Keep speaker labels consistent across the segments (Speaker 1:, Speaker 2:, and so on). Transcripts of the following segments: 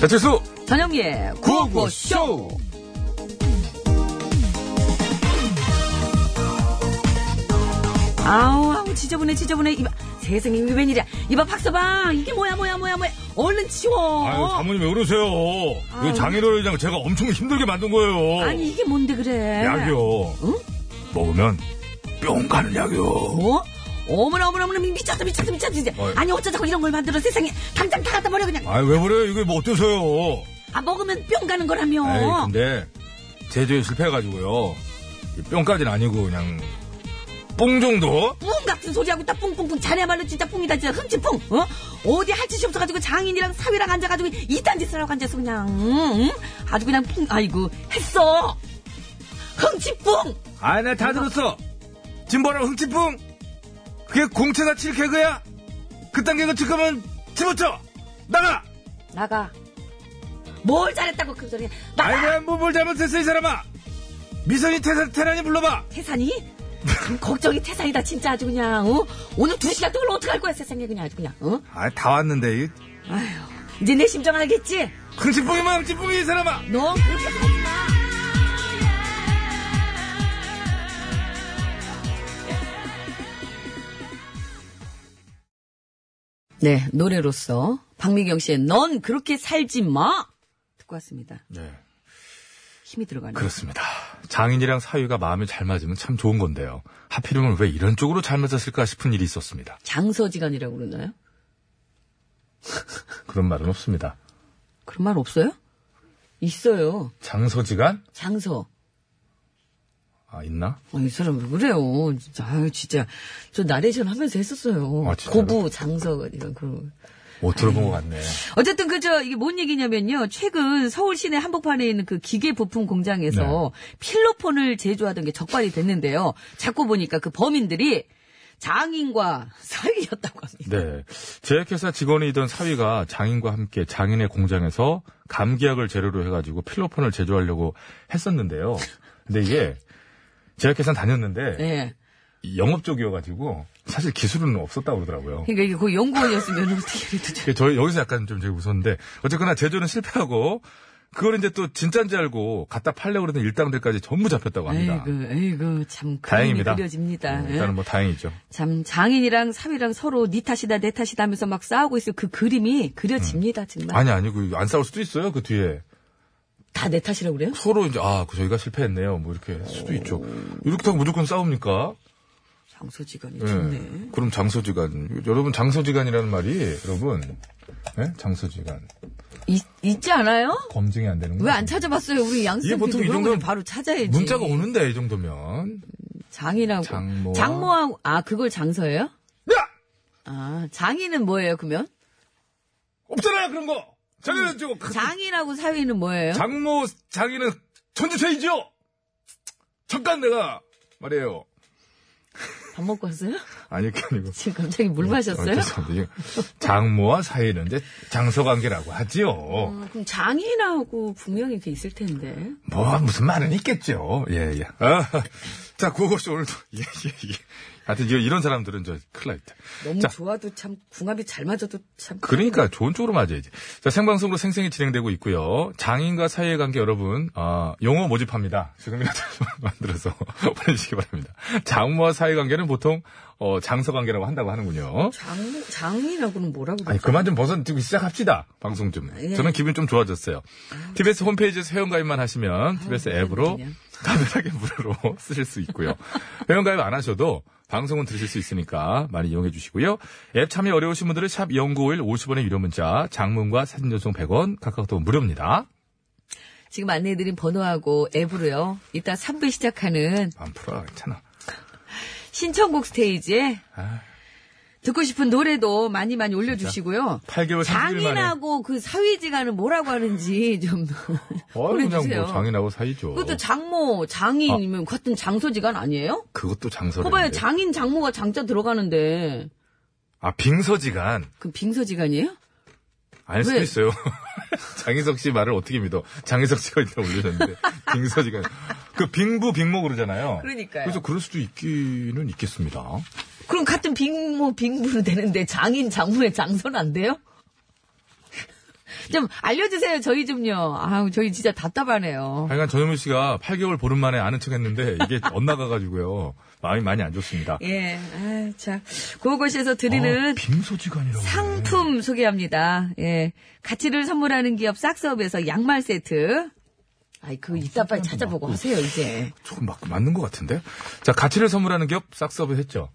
Speaker 1: 배칠수
Speaker 2: 전영미의 구호구쇼 아우 아우 지저분해 지저분해 입 세상에 이게 웬일이야 입 앞 학서방 이게 뭐야 뭐야 뭐야 뭐야 얼른 치워
Speaker 1: 아유 장모님 왜 그러세요
Speaker 2: 아유.
Speaker 1: 이거 장애로 회장 제가 엄청 힘들게 만든 거예요
Speaker 2: 아니, 이게 뭔데 그래
Speaker 1: 약이요
Speaker 2: 응?
Speaker 1: 먹으면 뿅 가는 약이요
Speaker 2: 뭐? 어머나 어머나 어머나 미쳤어 미쳤어 미쳤어 진짜
Speaker 1: 어이.
Speaker 2: 아니 어쩌자고 이런 걸 만들어 세상에 당장 다 갖다 버려 그냥
Speaker 1: 아유 왜 그래요 이게 뭐 어때서요
Speaker 2: 아 먹으면 뿅 가는 거라며
Speaker 1: 에이 그 근데 제조에 실패해가지고요 이 뿅까지는 아니고 그냥 뽕 정도
Speaker 2: 뿡 같은 소리하고 딱 뿡뿡뿡 자네야말로 진짜 뿡이다 진짜 흥치뿡 어? 어디 할 짓이 없어가지고 장인이랑 사위랑 앉아가지고 이딴 짓을 하고 앉아서 그냥 응? 응? 아주 그냥 뿡 아이고 했어 흥치뿡
Speaker 1: 아이 네, 나다 들었어 짐벌랑 흥치뿡 그게 공채사 칠 개그야 그딴 개그 칠 거면 집어쳐 나가
Speaker 2: 나가 뭘 잘했다고 그 소리 나가
Speaker 1: 아이고야 뭐뭘 잘못했어 이 사람아 미선이 태산 태란이 불러봐
Speaker 2: 태산이 참 걱정이 태산이다 진짜 아주 그냥 어? 오늘 두 시간 동안 어떻게 할 거야 세상에 그냥 아주 그냥 어?
Speaker 1: 아 다 왔는데 이
Speaker 2: 아휴 이제 내 심정 알겠지
Speaker 1: 흥치뽕이만 흥치뽕이 이 사람아
Speaker 2: 너 그렇게 살지 마 네, 노래로서 박미경 씨의 넌 그렇게 살지 마! 듣고 왔습니다.
Speaker 1: 네
Speaker 2: 힘이 들어가네요.
Speaker 1: 그렇습니다 장인이랑 사위가 마음이 잘 맞으면 참 좋은 건데요 하필이면 왜 이런 쪽으로 잘 맞았을까 싶은 일이 있었습니다
Speaker 2: 장서지간이라고 그러나요?
Speaker 1: 그런 말은 없습니다
Speaker 2: 그런 말 없어요? 있어요.
Speaker 1: 장서지간
Speaker 2: 장서.
Speaker 1: 아 있나
Speaker 2: 아, 이 사람 왜 그래요? 진짜, 아유, 진짜. 저 나레이션 하면서 했었어요.
Speaker 1: 아, 진짜요?
Speaker 2: 고부, 장서, 이런 그런.
Speaker 1: 못 들어본 것 같네
Speaker 2: 어쨌든 그저 이게 뭔 얘기냐면요. 최근 서울 시내 한복판에 있는 그 기계 부품 공장에서
Speaker 1: 네.
Speaker 2: 필로폰을 제조하던 게 적발이 됐는데요. 자꾸 보니까 그 범인들이 장인과 사위였다고 합니다.
Speaker 1: 네. 제약회사 직원이던 사위가 장인과 함께 장인의 공장에서 감기약을 재료로 해가지고 필로폰을 제조하려고 했었는데요. 근데 이게 제약회사 다녔는데
Speaker 2: 예.
Speaker 1: 이 영업 쪽이어가지고 사실 기술은 없었다고 그러더라고요.
Speaker 2: 그러니까 이게 그 연구원이었으면 어떻게 그래도
Speaker 1: 그 저희 여기서 약간 좀 되게 무서운데 어쨌거나 제조는 실패하고 그걸 이제 또 진짠지 알고 갖다 팔려고 그러던 일당들까지 전부 잡혔다고 합니다.
Speaker 2: 에이그, 에이그, 참,
Speaker 1: 다행입니다.
Speaker 2: 그림이 그려집니다.
Speaker 1: 음,
Speaker 2: 예.
Speaker 1: 일단은 뭐 다행이죠.
Speaker 2: 참, 장인이랑 사위랑 서로 니 탓이다, 내 탓이다 하면서 막 싸우고 있을 그 그림이 그려집니다, 정말.
Speaker 1: 음. 아니 아니고 안 싸울 수도 있어요 그 뒤에.
Speaker 2: 다 내 탓이라고 그래요?
Speaker 1: 서로 이제 아, 그 저희가 실패했네요. 뭐 이렇게 할 수도 있죠. 이렇게 하고 무조건 싸웁니까?
Speaker 2: 장소지간이
Speaker 1: 예.
Speaker 2: 좋네.
Speaker 1: 그럼 장소지간. 여러분 장소지간이라는 말이 여러분 예? 장소지간
Speaker 2: 있, 있지 않아요?
Speaker 1: 검증이 안 되는
Speaker 2: 왜
Speaker 1: 거예요.
Speaker 2: 안 찾아봤어요? 우리
Speaker 1: 이게
Speaker 2: 양쌤 그
Speaker 1: 보통 이 정도는
Speaker 2: 바로 찾아야지.
Speaker 1: 문자가 오는데 이 정도면.
Speaker 2: 장이라고.
Speaker 1: 장모와-
Speaker 2: 하고아 그걸 장서예요?
Speaker 1: 야!
Speaker 2: 아 장이는 뭐예요 그러면?
Speaker 1: 없잖아 그런 거.
Speaker 2: 음.
Speaker 1: 자기는 저거 그-
Speaker 2: 장이라고 사위는 뭐예요?
Speaker 1: 장모 장인은 천주체이죠. 잠깐 내가 말이에요.
Speaker 2: 밥 먹고 왔어요?
Speaker 1: 아니, 그게 아니고.
Speaker 2: 지금 갑자기 물 마셨어요?
Speaker 1: 어, 죄송합니다. 이게 장모와 사이는 이제 장소관계라고 하지요.
Speaker 2: 어, 그럼 장인하고 분명히 이렇게 있을 텐데.
Speaker 1: 뭐, 무슨 말은 있겠죠. 예, 예. 아, 자, 구호고쇼 오늘도. 예, 예, 예. 하여튼, 이거 이런 사람들은 저 큰일 납니다.
Speaker 2: 너무
Speaker 1: 자.
Speaker 2: 좋아도 참 궁합이 잘 맞아도 참.
Speaker 1: 그러니까 좋은 쪽으로 맞아야지. 자, 생방송으로 생생히 진행되고 있고요. 장인과 사이의 관계 여러분, 아, 용어 모집합니다. 지금이라도 좀 만들어서 보내주시기 바랍니다. 장모와 사이 관계는 보통 어, 장서 관계라고 한다고 하는군요.
Speaker 2: 장 장인하고는 뭐라고
Speaker 1: 아니
Speaker 2: 그러죠?
Speaker 1: 그만 좀 벗어들고 시작합시다 방송 좀.
Speaker 2: 예.
Speaker 1: 저는 기분 좀 좋아졌어요. TBS 홈페이지에서 회원가입만 하시면 TBS 앱으로
Speaker 2: 아, 그냥.
Speaker 1: 가벼하게 무료로 쓰실 수 있고요. 회원가입 안 하셔도 방송은 들으실 수 있으니까 많이 이용해 주시고요. 앱 참여 어려우신 분들은 샵 0951 50원의 유료 문자, 장문과 사진 전송 100원, 카카오톡 무료입니다.
Speaker 2: 지금 안내해드린 번호하고 앱으로요. 이따 3부 시작하는
Speaker 1: 안 풀어 괜찮아.
Speaker 2: 신청곡 스테이지에
Speaker 1: 아.
Speaker 2: 듣고 싶은 노래도 많이 많이 올려주시고요.
Speaker 1: 8개월 30일 만에
Speaker 2: 장인하고 그 사위지간은 뭐라고 하는지 좀
Speaker 1: 어이, 그냥
Speaker 2: 보내주세요.
Speaker 1: 뭐 장인하고 사이죠.
Speaker 2: 그것도 장모, 장인이면 같은 장소지간 아니에요?
Speaker 1: 그것도 장서래.
Speaker 2: 봐봐요, 장인, 장모가 장자 들어가는데
Speaker 1: 아 빙서지간
Speaker 2: 그 빙서지간이에요?
Speaker 1: 알 수도
Speaker 2: 왜?
Speaker 1: 있어요. 장희석 씨 말을 어떻게 믿어? 장희석 씨가 일단 올려줬는데 빙서지가 그 빙부 빙모 그러잖아요.
Speaker 2: 그러니까요.
Speaker 1: 그래서 그럴 수도 있기는 있겠습니다.
Speaker 2: 그럼 같은 빙모, 빙부로 되는데 장인, 장모의 장소는 안 돼요? 좀 알려주세요, 저희 좀요. 아우, 저희 진짜 답답하네요.
Speaker 1: 하여간 전현무 씨가 8개월 보름 만에 아는 척했는데 이게 엇나가가지고요 마음이 많이 안 좋습니다.
Speaker 2: 예, 아, 자, 고고시에서 드리는
Speaker 1: 아, 빙서지간이라고.
Speaker 2: 상품 소개합니다. 예, 가치를 선물하는 기업 싹스업에서 양말 세트. 아이, 그거 이따 빨리 찾아보고 하세요, 이제.
Speaker 1: 조금 맞, 맞는 것 같은데? 자, 가치를 선물하는 기업 싹서브 했죠.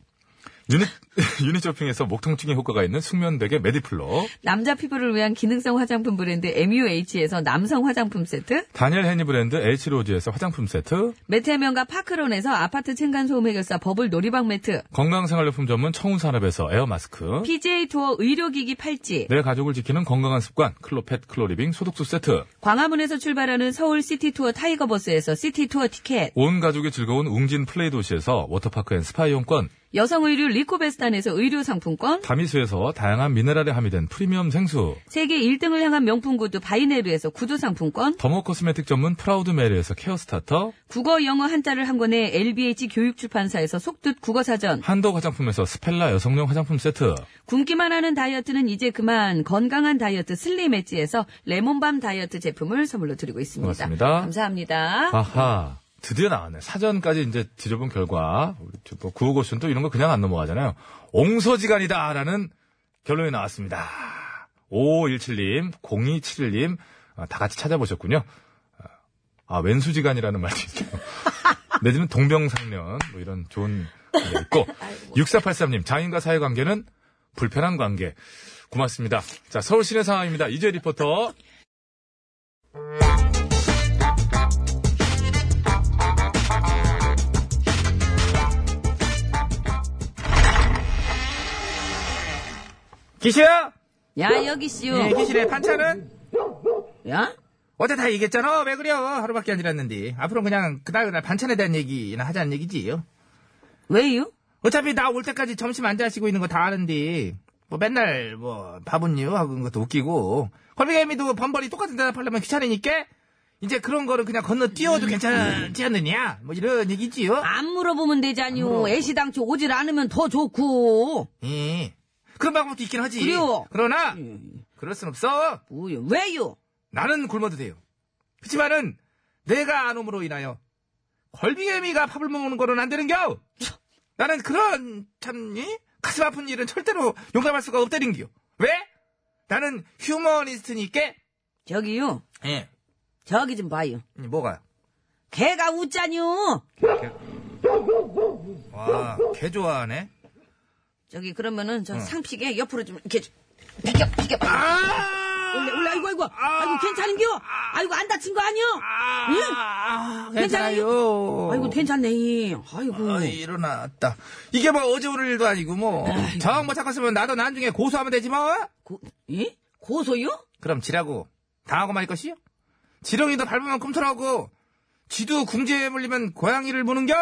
Speaker 1: 유닛, 유닛 쇼핑에서 목통증에 효과가 있는 숙면백의 메디플러.
Speaker 2: 남자 피부를 위한 기능성 화장품 브랜드 MUH에서 남성 화장품 세트,
Speaker 1: 다니엘 헤니 브랜드 H로즈에서 화장품 세트.
Speaker 2: 메테면과 파크론에서 아파트 층간소음 해결사 버블 놀이방 매트,
Speaker 1: 건강생활용품 전문 청운산업에서 에어마스크.
Speaker 2: PJ 투어 의료기기 팔찌,
Speaker 1: 내 가족을 지키는 건강한 습관 클로펫 클로리빙 소독수 세트
Speaker 2: 광화문에서 출발하는 서울 시티 투어 타이거 버스에서 시티 투어 티켓,
Speaker 1: 온 가족이 즐거운 웅진 플레이 도시에서 워터파크 앤 스파 이용권
Speaker 2: 여성 의류 리코베스탄에서 의류 상품권,
Speaker 1: 다미수에서 다양한 미네랄에 함유된 프리미엄 생수
Speaker 2: 세계 1등을 향한 명품 구두 바이네르에서 구두 상품권,
Speaker 1: 더모 코스메틱 전문 프라우드 메리에서 케어 스타터
Speaker 2: 국어 영어 한자를 한 권에 LBH 교육출판사에서 속뜻 국어사전,
Speaker 1: 한독 화장품에서 스펠라 여성용 화장품 세트
Speaker 2: 굶기만 하는 다이어트는 이제 그만 건강한 다이어트 슬림 엣지에서 레몬밤 다이어트 제품을 선물로 드리고 있습니다.
Speaker 1: 고맙습니다.
Speaker 2: 감사합니다.
Speaker 1: 아하 드디어 나왔네 사전까지 이제 뒤져본 결과 우리 저뭐 구호고수는 또 이런 거 그냥 안 넘어가잖아요 옹서지간이다라는 결론이 나왔습니다 5517님 0271님 아, 다 같이 찾아보셨군요 아, 왼수지간이라는 말도 있어요. 내지는 동병상련, 뭐 이런 좋은 관계 있고. 6483님, 장인과 사회 관계는 불편한 관계. 고맙습니다. 자, 서울 시내 상황입니다. 이재 리포터. 기시야!
Speaker 2: 야 여기 씨요.
Speaker 1: 기시네, 반찬은?
Speaker 2: 야
Speaker 3: 어제 다 얘기했잖아. 왜 그래요? 하루밖에 안 지났는데. 앞으로 그냥 그날 그날 반찬에 대한 얘기나 하자는 얘기지요.
Speaker 2: 왜요?
Speaker 3: 어차피 나 올 때까지 점심 안 자시고 있는 거 다 아는데. 뭐 맨날 뭐 밥은요 하고 있는 것도 웃기고. 콜비게임이도 번번이 똑같은 대답하려면 귀찮으니까 이제 그런 거를 그냥 건너뛰어도 괜찮지 않느냐? 뭐 이런 얘기지요.
Speaker 2: 안 물어보면 되잖요. 애시당초 오질 않으면 더 좋고.
Speaker 3: 예. 그런 방법도 있긴 하지.
Speaker 2: 그래요.
Speaker 3: 그러나
Speaker 2: 예.
Speaker 3: 그럴 순 없어.
Speaker 2: 뭐요? 왜요?
Speaker 3: 나는 굶어도 돼요. 그렇지만은 내가 안 오므로 인하여 걸빙애미가 밥을 먹는 거는 안 되는겨. 나는 그런 참 이? 가슴 아픈 일은 절대로 용감할 수가 없다는겨. 왜? 나는 휴머니스트니까.
Speaker 2: 저기요.
Speaker 3: 예.
Speaker 2: 저기 좀 봐요.
Speaker 3: 뭐가?
Speaker 2: 개가 웃잖요.
Speaker 3: 와, 개 좋아하네.
Speaker 2: 저기 그러면은 저 상픽에 옆으로 좀 이렇게 좀 비켜 비켜.
Speaker 3: 아!
Speaker 2: 올라 올라 아이고 아이고 아이고 괜찮은겨? 아이고 안 다친 거 아니요? 응?
Speaker 3: 아,
Speaker 2: 음! 괜찮아요?
Speaker 3: 괜찮아요.
Speaker 2: 아이고 괜찮네. 음. 아이고.
Speaker 3: 아, 일어났다. 이게 뭐 어제 오늘 일도 아니고 뭐. 저항 못 잡았으면 나도 나중에 고소하면 되지 뭐.
Speaker 2: 고, 예? 고소요?
Speaker 3: 그럼 지라고 당하고 말 것이요? 지렁이도 밟으면 꿈틀하고 쥐도 궁지에 물리면 고양이를 무는겨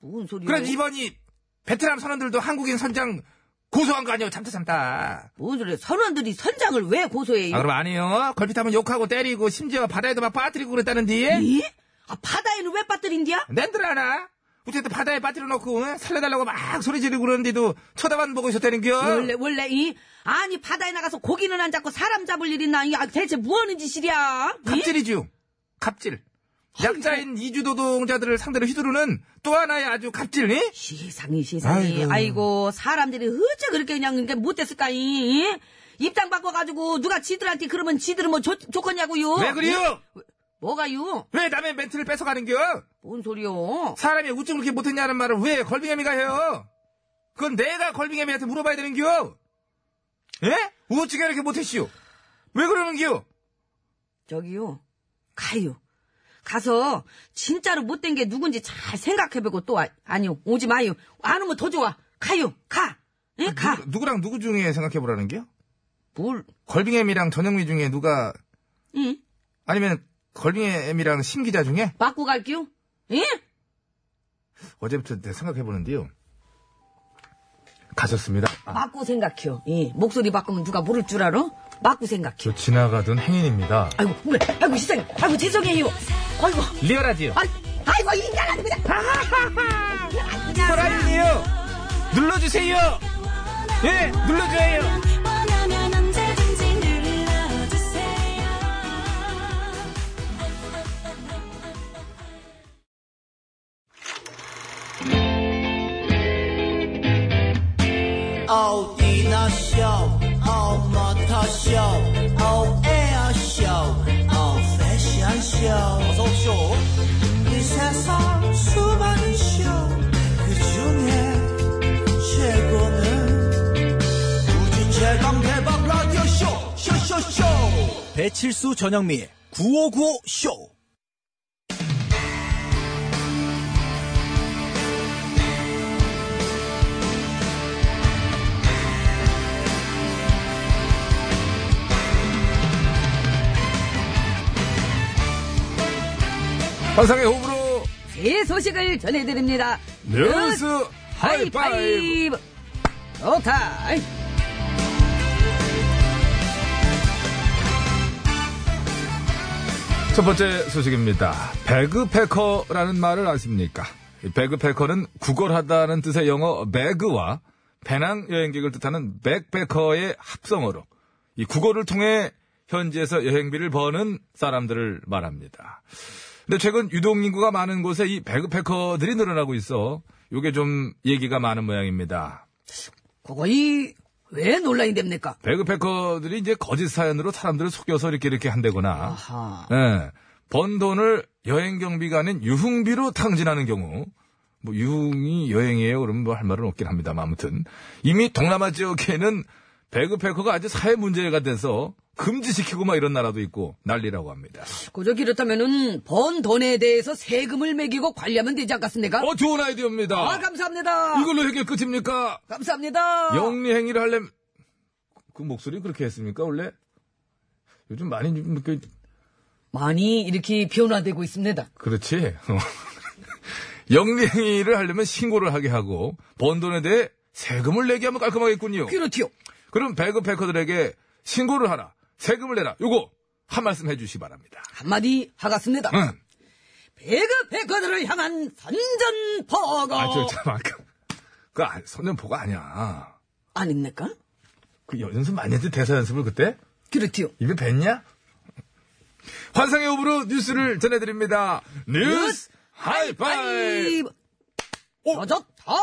Speaker 2: 무슨 소리요?
Speaker 3: 그럼 이번이 베트남 선원들도 한국인 선장 고소한 거 아니에요? 참다 참다.
Speaker 2: 뭔 소리야. 선원들이 선장을 왜 고소해요?
Speaker 3: 아, 그럼 아니요. 걸핏하면 욕하고 때리고 심지어 바다에도 막 빠뜨리고 그랬다는데.
Speaker 2: 이? 아, 바다에는 왜 빠뜨린디야?
Speaker 3: 낸들 하나? 어쨌든 바다에 빠뜨려 놓고 응? 살려달라고 막 소리 지르고 그러는데도 쳐다만 보고 있었다는겨.
Speaker 2: 원래 예? 원래 이 아니 바다에 나가서 고기는 안 잡고 사람 잡을 일 있나 이 아, 대체 뭐하는 짓이랴? 이?
Speaker 3: 갑질이죠. 갑질. 약자인
Speaker 2: 네.
Speaker 3: 이주노동자들을 상대로 휘두르는 또 하나의 아주 갑질. 이?
Speaker 2: 세상에 세상에
Speaker 3: 아이고.
Speaker 2: 아이고, 사람들이 어째 그렇게 그냥 그러니까 못됐을까 이 이? 입장 바꿔가지고 누가 지들한테 그러면 지들은 뭐 좋, 좋겠냐고요?
Speaker 3: 왜
Speaker 2: 예?
Speaker 3: 그래요?
Speaker 2: 뭐가요?
Speaker 3: 왜 남의 멘트를 뺏어가는겨?
Speaker 2: 뭔 소리요?
Speaker 3: 사람이 우쭈 그렇게 못했냐는 말을 왜 걸빙애미가 해요? 그건 내가 걸빙애미한테 물어봐야 되는겨. 예? 우쭈가 이렇게 못했슈? 왜 그러는겨?
Speaker 2: 저기요 가요 가서 진짜로 못된 게 누군지 잘 생각해보고 또 아, 아니요 오지 마요 안 오면 더 좋아 가요 가 예, 가.
Speaker 3: 아, 누구- 누구랑 누구 중에 생각해보라는겨?
Speaker 2: 뭘?
Speaker 3: 걸빙애미랑 전영미 중에 누가
Speaker 2: 응?
Speaker 3: 아니면 걸빙애미랑 심기자 중에
Speaker 2: 맞고 갈게요. 예?
Speaker 3: 어제부터 내가 생각해보는데요. 가셨습니다. 아,
Speaker 2: 맞고 생각해요. 예. 목소리 바꾸면 누가 모를 줄 알아? 맞고 생각해요.
Speaker 1: 저 지나가던 행인입니다.
Speaker 2: 아이고, 그래. 아이고, 시장님. 아이고, 죄송해요. 아이고,
Speaker 3: 리얼하지요?
Speaker 2: 아이, 아이고, 인간한 그냥.
Speaker 3: 호라이요 눌러주세요! 예, 눌러줘요!
Speaker 4: 원하면 언제든지 눌러주세요.
Speaker 5: 어디나 쇼 어머터 쇼 어에어 쇼 어패션 쇼 어서 쇼. 이 세상 수많은 쇼그 중에 최고는 우주 최강 대박 라디오 쇼 쇼쇼쇼 배칠수 전영미 9595 쇼.
Speaker 3: 환상의 호불호
Speaker 2: 새 소식을 전해드립니다.
Speaker 1: 뉴스 하이파이브!
Speaker 2: 하이파이브. 좋다. 아이,
Speaker 1: 첫 번째 소식입니다. 배그패커라는 말을 아십니까? 이 배그패커는 구걸하다는 뜻의 영어 배그와 배낭 여행객을 뜻하는 백패커의 합성어로 이 구걸을 통해 현지에서 여행비를 버는 사람들을 말합니다. 근데 최근 유동 인구가 많은 곳에 이 배그패커들이 늘어나고 있어 요게 좀 얘기가 많은 모양입니다.
Speaker 2: 그거 이, 왜 논란이 됩니까?
Speaker 1: 배그패커들이 이제 거짓 사연으로 사람들을 속여서 이렇게 이렇게 한다거나
Speaker 2: 아하.
Speaker 1: 예. 번 돈을 여행 경비가 아닌 유흥비로 탕진하는 경우, 뭐 유흥이 여행이에요. 그러면 뭐 할 말은 없긴 합니다만 아무튼 이미 동남아 지역에는 배그패커가 아주 사회 문제가 돼서 금지시키고 막 이런 나라도 있고 난리라고 합니다.
Speaker 2: 그저 그렇다면은, 번 돈에 대해서 세금을 매기고 관리하면 되지 않겠습니까?
Speaker 1: 어 좋은 아이디어입니다.
Speaker 2: 아, 감사합니다. 아.
Speaker 1: 이걸로 해결 끝입니까?
Speaker 2: 감사합니다.
Speaker 1: 영리 행위를 하려면 그 목소리 그렇게 했습니까 원래? 요즘 많이 좀 이렇게
Speaker 2: 많이 이렇게 변화되고 있습니다.
Speaker 1: 그렇지. 영리행위를 하려면 신고를 하게 하고 번 돈에 대해 세금을 내게 하면 깔끔하겠군요.
Speaker 2: 그렇지요.
Speaker 1: 그럼 배급패커들에게 신고를 하라, 세금을 내라. 요거 한 말씀 해주시 기 바랍니다.
Speaker 2: 한마디 하겠습니다.
Speaker 1: 응.
Speaker 2: 배그 배그들을 향한 선전 버거.
Speaker 1: 아, 저, 참, 아까. 그, 아, 선전포가 아니야.
Speaker 2: 아닙니까?
Speaker 1: 그 연- 연습 많이 했지, 대사 연습을 그때?
Speaker 2: 그렇지요.
Speaker 1: 입에 뱉냐? 환상의 호불호 뉴스를 전해드립니다. 뉴스 하이파이!
Speaker 2: 아이브. 저좋다.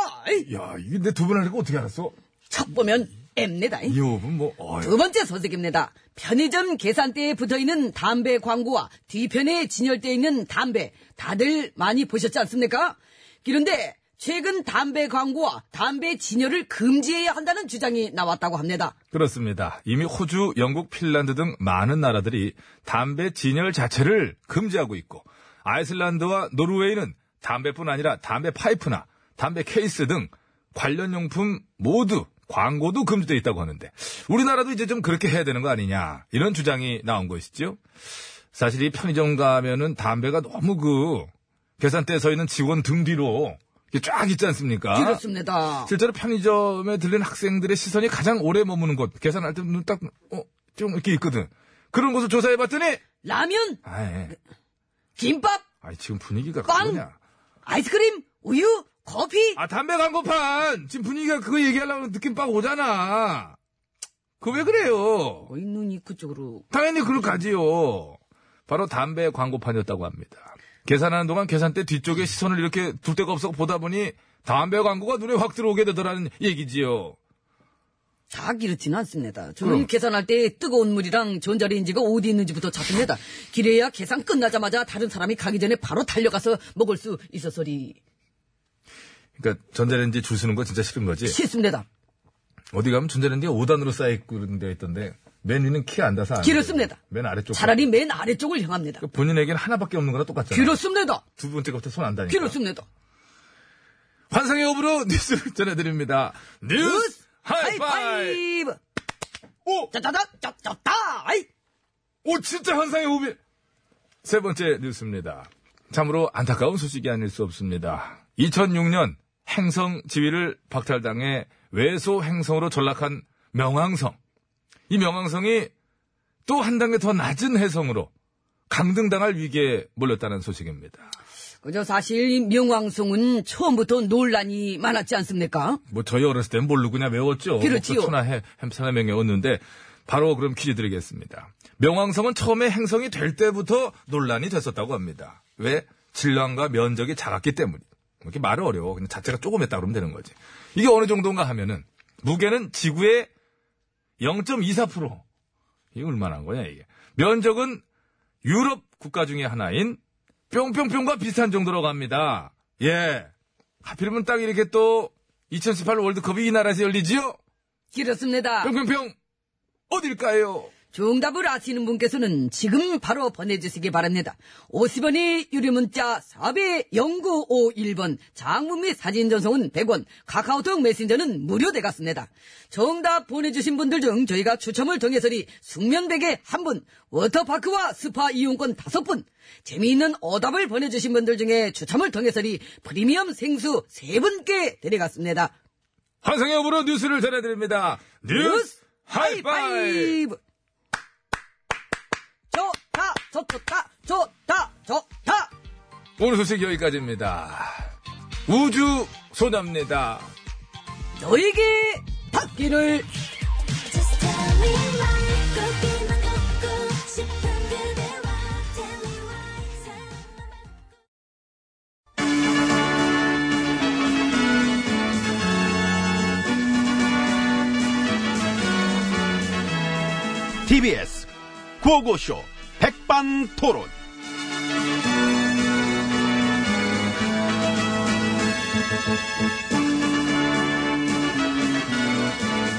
Speaker 1: 야, 이게 내 두 분 하니까 어떻게 알았어?
Speaker 2: 척 보면 앱니다.
Speaker 1: 이 호흡은 뭐, 어휴.
Speaker 2: 두 번째 소식입니다. 편의점 계산대에 붙어 있는 담배 광고와 뒤편에 진열되어 있는 담배 다들 많이 보셨지 않습니까? 그런데 최근 담배 광고와 담배 진열을 금지해야 한다는 주장이 나왔다고 합니다.
Speaker 1: 그렇습니다. 이미 호주, 영국, 핀란드 등 많은 나라들이 담배 진열 자체를 금지하고 있고 아이슬란드와 노르웨이는 담배뿐 아니라 담배 파이프나 담배 케이스 등 관련 용품 모두 광고도 금지되어 있다고 하는데 우리나라도 이제 좀 그렇게 해야 되는 거 아니냐 이런 주장이 나온 것이죠. 사실 이 편의점 가면은 담배가 너무 그 계산대에 서 있는 직원 등 뒤로 이렇게 이게 쫙 있지 않습니까?
Speaker 2: 그렇습니다.
Speaker 1: 어. 실제로 편의점에 들른 학생들의 시선이 가장 오래 머무는 곳 계산할 때 눈 딱 어, 좀 이렇게 있거든. 그런 곳을 조사해봤더니
Speaker 2: 라면,
Speaker 1: 아이, 예.
Speaker 2: 김밥,
Speaker 1: 아이 지금 분위기가
Speaker 2: 빵!
Speaker 1: 그거냐?
Speaker 2: 아이스크림, 우유, 커피.
Speaker 1: 아 담배 광고판 지금 분위기가 그거 얘기하려고 느낌 빡 오잖아. 그 왜 그래요?
Speaker 2: 거의 눈이 그쪽으로.
Speaker 1: 당연히 그럴 가지요. 바로 담배 광고판이었다고 합니다. 계산하는 동안 계산대 뒤쪽에 시선을 이렇게 둘 데가 없어 보다 보니 담배 광고가 눈에 확 들어오게 되더라는 얘기지요.
Speaker 2: 다 이렇지는 않습니다. 저는
Speaker 1: 그럼.
Speaker 2: 계산할 때 뜨거운 물이랑 전자레인지가 어디 있는지부터 찾습니다. 길에야 계산 끝나자마자 다른 사람이 가기 전에 바로 달려가서 먹을 수 있어서리.
Speaker 1: 그러니까 전자레인지 줄 서는 거 진짜 싫은 거지.
Speaker 2: 싫습니다.
Speaker 1: 어디 가면 전자레인지가 5단으로 쌓여있고 그런 데 있던데 맨 위는 키 안 닿아서 안
Speaker 2: 그렇습니다.
Speaker 1: 돼요. 맨 아래쪽.
Speaker 2: 차라리 맨 아래쪽을 향합니다.
Speaker 1: 그러니까 본인에겐 하나밖에 그러니까. 없는 거나 똑같잖아요.
Speaker 2: 그렇습니다.
Speaker 1: 두 번째 것부터 손 안 닿으니까.
Speaker 2: 그렇습니다.
Speaker 1: 환상의 호흡으로 뉴스를 전해드립니다. 뉴스 하이파이!
Speaker 2: 하이파이브!
Speaker 1: 오!
Speaker 2: 짜자자, 짜짜다! 아이!
Speaker 1: 오, 진짜 환상의 호흡이! 세 번째 뉴스입니다. 참으로 안타까운 소식이 아닐 수 없습니다. 2006년 행성 지위를 박탈당해 외소 행성으로 전락한 명왕성. 이 명왕성이 또 한 단계 더 낮은 해성으로 강등당할 위기에 몰렸다는 소식입니다.
Speaker 2: 그저 사실 이 명왕성은 처음부터 논란이 많았지 않습니까?
Speaker 1: 뭐 저희 어렸을 땐 모르고냐 외웠죠.
Speaker 2: 그렇지요.
Speaker 1: 천하 햄, 천하 명예였는데 바로 그럼 퀴즈 드리겠습니다. 명왕성은 처음에 행성이 될 때부터 논란이 됐었다고 합니다. 왜? 질량과 면적이 작았기 때문이. 이렇게 말을 어려워. 그냥 자체가 조그맣다 그러면 되는 거지. 이게 어느 정도인가 하면은 무게는 지구의 0.24%. 이게 얼마나 한 거냐 이게. 면적은 유럽 국가 중에 하나인 뿅뿅뿅과 비슷한 정도라고 합니다. 예. 하필이면 딱 이렇게 또 2018 월드컵이 이 나라에서 열리지요?
Speaker 2: 그렇습니다.
Speaker 1: 뿅뿅뿅! 어딜까요?
Speaker 2: 정답을 아시는 분께서는 지금 바로 보내주시기 바랍니다. 50원의 유료문자 40951번, 장문 및 사진 전송은 100원, 카카오톡 메신저는 무료되갔습니다. 정답 보내주신 분들 중 저희가 추첨을 통해서리 숙면백에 한분 워터파크와 스파 이용권 5분, 재미있는 오답을 보내주신 분들 중에 추첨을 통해서리 프리미엄 생수 3분께 드려갔습니다.
Speaker 1: 환상의 업으로 뉴스를 전해드립니다. 뉴스 하이파이!
Speaker 2: 좋다, 좋다, 좋다, 좋다.
Speaker 1: 오늘 소식 여기까지입니다. 우주 소녀입니다.
Speaker 2: 너에게 받기를.
Speaker 4: Just tell me why 꽃길만 걷고 싶은 그대와 Tell me why 사랑만
Speaker 6: TBS 구호고쇼 백반토론.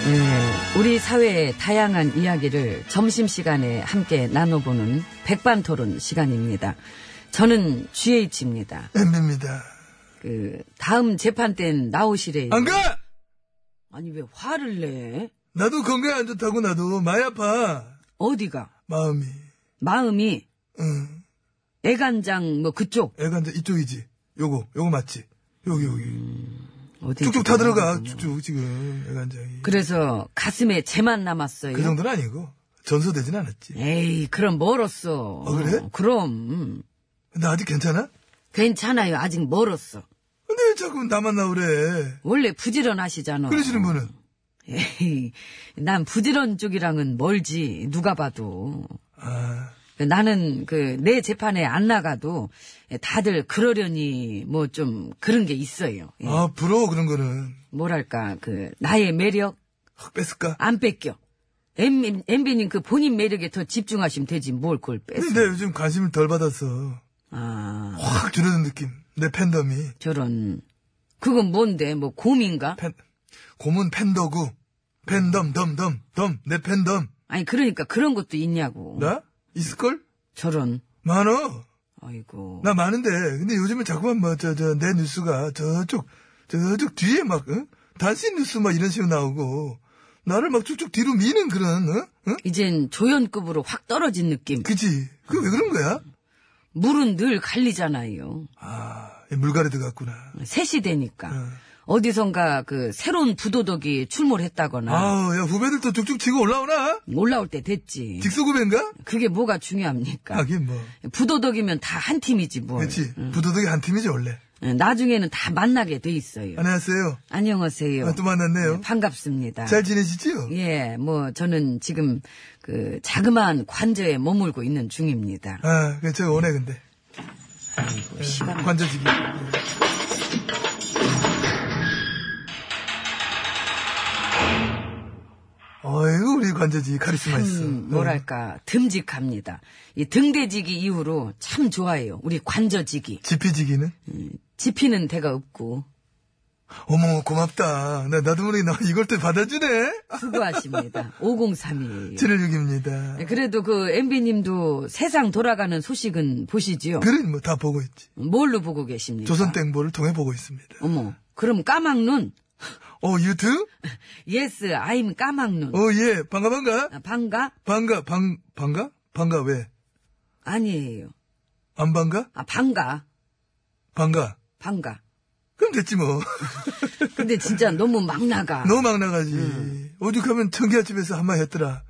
Speaker 2: 음, 우리 사회의 다양한 이야기를 점심시간에 함께 나눠보는 백반토론 시간입니다. 저는 GH입니다.
Speaker 1: 엠비입니다.
Speaker 2: 그, 다음 재판 땐 나오시래요.
Speaker 1: 안 가!
Speaker 2: 아니, 왜 화를 내?
Speaker 1: 나도 건강 안 좋다고 나도 많이 아파.
Speaker 2: 어디가?
Speaker 1: 마음이.
Speaker 2: 마음이
Speaker 1: 응.
Speaker 2: 애간장 뭐 그쪽.
Speaker 1: 애가 이제 이쪽이지. 요거, 요거 맞지? 여기,
Speaker 2: 음,
Speaker 1: 여기.
Speaker 2: 어디
Speaker 1: 쭉쭉 다 들어가. 쭉쭉 지금 애간장이.
Speaker 2: 그래서 가슴에 재만 남았어요.
Speaker 1: 그 정도는 아니고 전소되진
Speaker 2: 예.
Speaker 1: 않았지.
Speaker 2: 에이, 그럼 멀었어.
Speaker 1: 아, 그래?
Speaker 2: 그럼. 음.
Speaker 1: 나 아직 괜찮아?
Speaker 2: 괜찮아요. 아직 멀었어.
Speaker 1: 근데 왜 자꾸 나만 나오래.
Speaker 2: 원래 부지런하시잖아.
Speaker 1: 그러시는 분은
Speaker 2: 에이, 난 부지런 쪽이랑은 멀지. 누가 봐도.
Speaker 1: 아,
Speaker 2: 나는 그 내 재판에 안 나가도 다들 그러려니 뭐 좀 그런 게 있어요. 예.
Speaker 1: 아 부러워 그런 거는
Speaker 2: 뭐랄까 그 나의 매력
Speaker 1: 확 뺐을까?
Speaker 2: 안 뺏겨. 엠비님 그 본인 매력에 더 집중하시면 되지 뭘 그걸 뺏어.
Speaker 1: 근데 나 요즘 관심을 덜 받았어.
Speaker 2: 아
Speaker 1: 확 줄어든 느낌. 내 팬덤이
Speaker 2: 저런 그건 뭔데 뭐 곰인가?
Speaker 1: 팬 고문 팬더구 팬덤 덤덤덤내 팬덤
Speaker 2: 아니 그러니까 그런 것도 있냐고.
Speaker 1: 나 있을걸?
Speaker 2: 저런.
Speaker 1: 많어.
Speaker 2: 아이고.
Speaker 1: 나 많은데 근데 요즘은 자꾸만 뭐 저 저 내 뉴스가 저쪽 저쪽 뒤에 막 응? 단신 뉴스 막 이런 식으로 나오고 나를 막 쭉쭉 뒤로 미는 그런 응? 응?
Speaker 2: 이젠 조연급으로 확
Speaker 7: 그-
Speaker 2: 떨어진 느낌.
Speaker 1: 그지? 그왜 그런 거야?
Speaker 2: 물은 늘 갈리잖아요.
Speaker 1: 아
Speaker 7: 물갈이 들어갔구나.
Speaker 2: 새 시대니까.
Speaker 7: 네.
Speaker 2: 어디선가 그 새로운 부도덕이 출몰했다거나
Speaker 7: 아우, 야, 후배들 또 쭉쭉 치고 올라오나?
Speaker 2: 올라올 때 됐지.
Speaker 7: 직수 후배인가?
Speaker 2: 그게 뭐가 중요합니까?
Speaker 7: 하긴 뭐.
Speaker 2: 부도덕이면 다 한 팀이지 뭐.
Speaker 7: 그렇지. 부도덕이 한 팀이지, 원래.
Speaker 2: 나중에는 다 만나게 돼 있어요.
Speaker 7: 안녕하세요.
Speaker 2: 안녕하세요.
Speaker 7: 아, 또 만났네요.
Speaker 2: 네, 예. 반갑습니다.
Speaker 7: 잘 지내시지요?
Speaker 2: 예, 뭐 저는 지금 그 자그마한 관저에 머물고 있는 중입니다.
Speaker 7: 아, 그래, 제가 오네, 근데. 예, 관자지기. 어이구, 우리 관자지기 카리스마 있어.
Speaker 2: 음, 뭐랄까 듬직합니다. 이 등대지기 이후로 참 좋아해요. 우리 관저지기
Speaker 7: 지피지기는?
Speaker 2: 지피는 대가 없고
Speaker 7: 어머, 고맙다. 나, 나도 모르게 나 이걸 또 받아주네?
Speaker 2: 수고하십니다. 503이에요.
Speaker 7: 716입니다.
Speaker 2: 그래도 그 MB님도 세상 돌아가는 소식은 보시지요?
Speaker 7: 그래, 뭐, 다 보고 있지.
Speaker 2: 뭘로 보고 계십니까?
Speaker 7: 조선땡보를 통해 보고 있습니다.
Speaker 2: 어머, 그럼 까막눈?
Speaker 7: 어, 유튜브?
Speaker 2: 예스, 아임 까막눈.
Speaker 7: 어, 예. 반가, 반가?
Speaker 2: 아, 반가?
Speaker 7: 반가, 방, 반가? 반가, 왜?
Speaker 2: 아니에요.
Speaker 7: 안 반가?
Speaker 2: 아, 반가.
Speaker 7: 반가.
Speaker 2: 반가.
Speaker 7: 그럼 됐지, 뭐.
Speaker 2: 근데 진짜 너무 막 나가.
Speaker 7: 너무 막 나가지.
Speaker 2: 음.
Speaker 7: 오죽하면 청계아집에서 한마디 했더라.